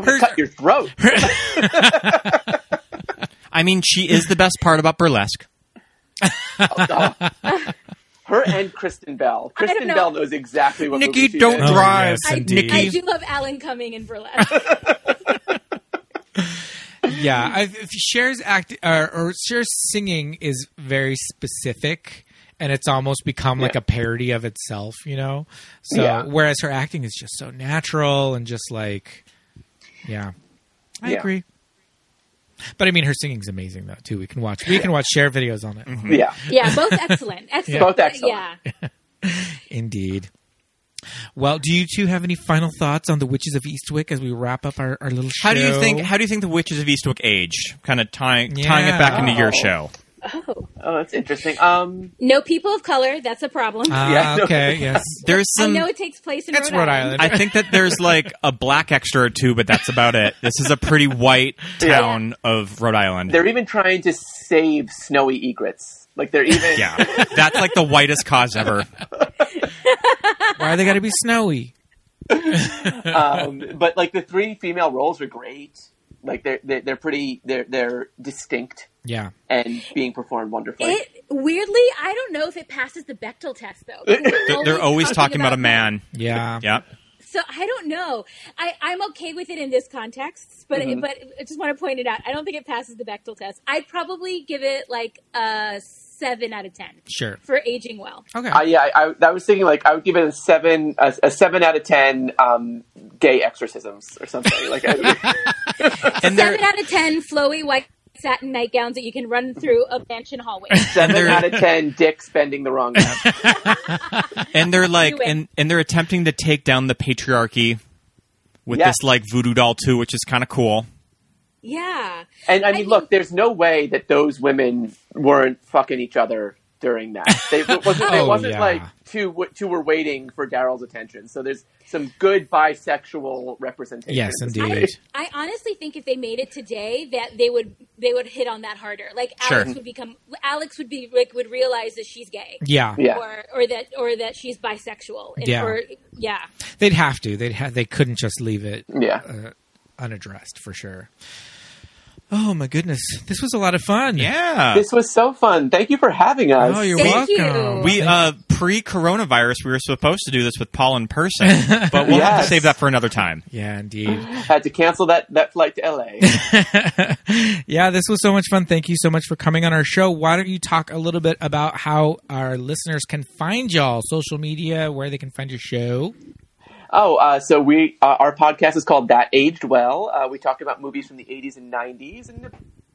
mean, cut your throat. I mean, she is the best part about burlesque. Oh, Her and Kristen Bell. I don't Kristen know. Bell knows exactly what Nikki, movie she don't is. Oh, drive. yes, I, indeed. I do love Alan Cumming in burlesque. yeah, I, if Cher's act or, or Cher's singing is very specific, and it's almost become like Yeah. a parody of itself. You know, so Yeah. whereas her acting is just so natural and just like, yeah, I Yeah. agree. But I mean, her singing's amazing though too. We can watch we can watch share videos on it. Yeah. yeah, both excellent. excellent. Both excellent. Yeah. Indeed. Well, do you two have any final thoughts on the Witches of Eastwick as we wrap up our, our little show? How do you think? How do you think the witches of Eastwick aged? Kind of tying tying Yeah. it back into your Oh. show. Oh, Oh, that's interesting. Um, no people of color. That's a problem. Ah, Yeah, no. okay, yes. There's I some. know it takes place in It's Rhode, Rhode Island. Island. I think that there's like a black extra or two, but that's about it. This is a pretty white town of Rhode Island. They're even trying to save snowy egrets. Like they're even yeah, that's like the whitest cause ever. Why they got to be snowy? um, but like the three female roles are great. Like they're they're, they're pretty they're they're distinct Yeah. and being performed wonderfully. It weirdly, I don't know if it passes the Bechtel test though. They're, they're always talking about a man. Yeah. Yeah, So I don't know. I, I'm okay with it in this context, but Mm-hmm. Mhm. but I just want to point it out. I don't think it passes the Bechtel test. I'd probably give it like a seven out of ten Sure. for aging well. Okay. I, yeah, I, I, I was thinking like I would give it a seven a, a seven out of ten um, gay exorcisms or something. Like I, and they're Seven out of ten flowy white satin nightgowns that you can run through a mansion hallway. seven they're- out of ten dicks bending the wrong way. and they're like Do it. and and they're attempting to take down the patriarchy with Yes. this like voodoo doll too, which is kind of cool. yeah. And I I mean, mean- look, there's no way that those women weren't fucking each other during that. They, it wasn't, it Oh, wasn't yeah. like two w- two were waiting for Daryl's attention. So there's some good bisexual representation. Yes, in this indeed. movie. I honestly think if they made it today, that they would they would hit on that harder. Like Alex Sure. would become Alex would be like would realize that she's gay. Yeah. Yeah. Or, or that or that she's bisexual. And- Yeah. Or, yeah. They'd have to. They'd ha- they couldn't just leave it Yeah. uh, unaddressed for sure. Oh my goodness. This was a lot of fun. Yeah, This was so fun. Thank you for having us. Oh, Uh, you're Thank you. welcome. We uh pre coronavirus we were supposed to do this with Paul in person, but we'll have to Yes. save that for another time. yeah, indeed. Had to cancel that, that flight to LA. yeah, this was so much fun. Thank you so much for coming on our show. Why don't you talk a little bit about how our listeners can find y'all, social media, where they can find your show? Oh, uh, so we uh, our podcast is called That Aged Well. Uh, we talk about movies from the '80s and '90s and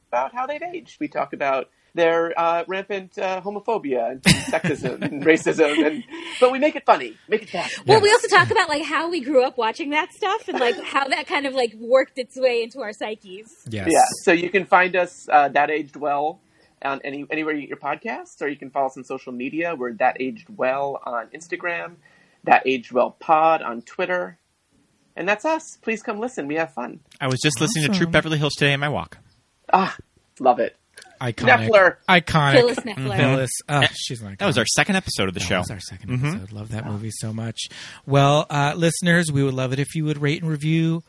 about how they've aged. We talk about their uh, rampant uh, homophobia and sexism and racism, and but we make it funny, make it fun. Well, we also talk about like how we grew up watching that stuff and like how that kind of like worked its way into our psyches. Yes. Yeah, so you can find us uh, That Aged Well on any anywhere you get your podcasts, or you can follow us on social media. We're That Aged Well on Instagram, That Aged Well Pod on Twitter, and that's us. Please come listen. We have fun. I was just listening to True Beverly Hills today in my walk. Ah, love it. Iconic. Kneffler. Iconic. Phyllis Kneffler. Phyllis. Oh, she's an icon. That was our second episode of the show. That was our 2nd episode. Love that movie so much. Well, uh, listeners, we would love it if you would rate and review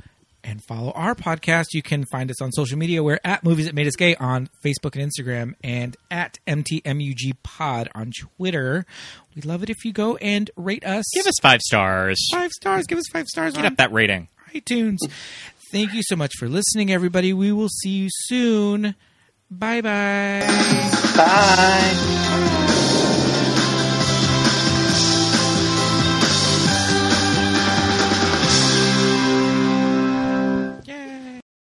and follow our podcast. You can find us on social media. We're at Movies That Made Us Gay on Facebook and Instagram and at MTMUG Pod on Twitter. We'd love it if you go and rate us. Give us five stars. Five stars. Give us five stars Get on up that rating. iTunes. Thank you so much for listening, everybody. We will see you soon. Bye bye. Bye.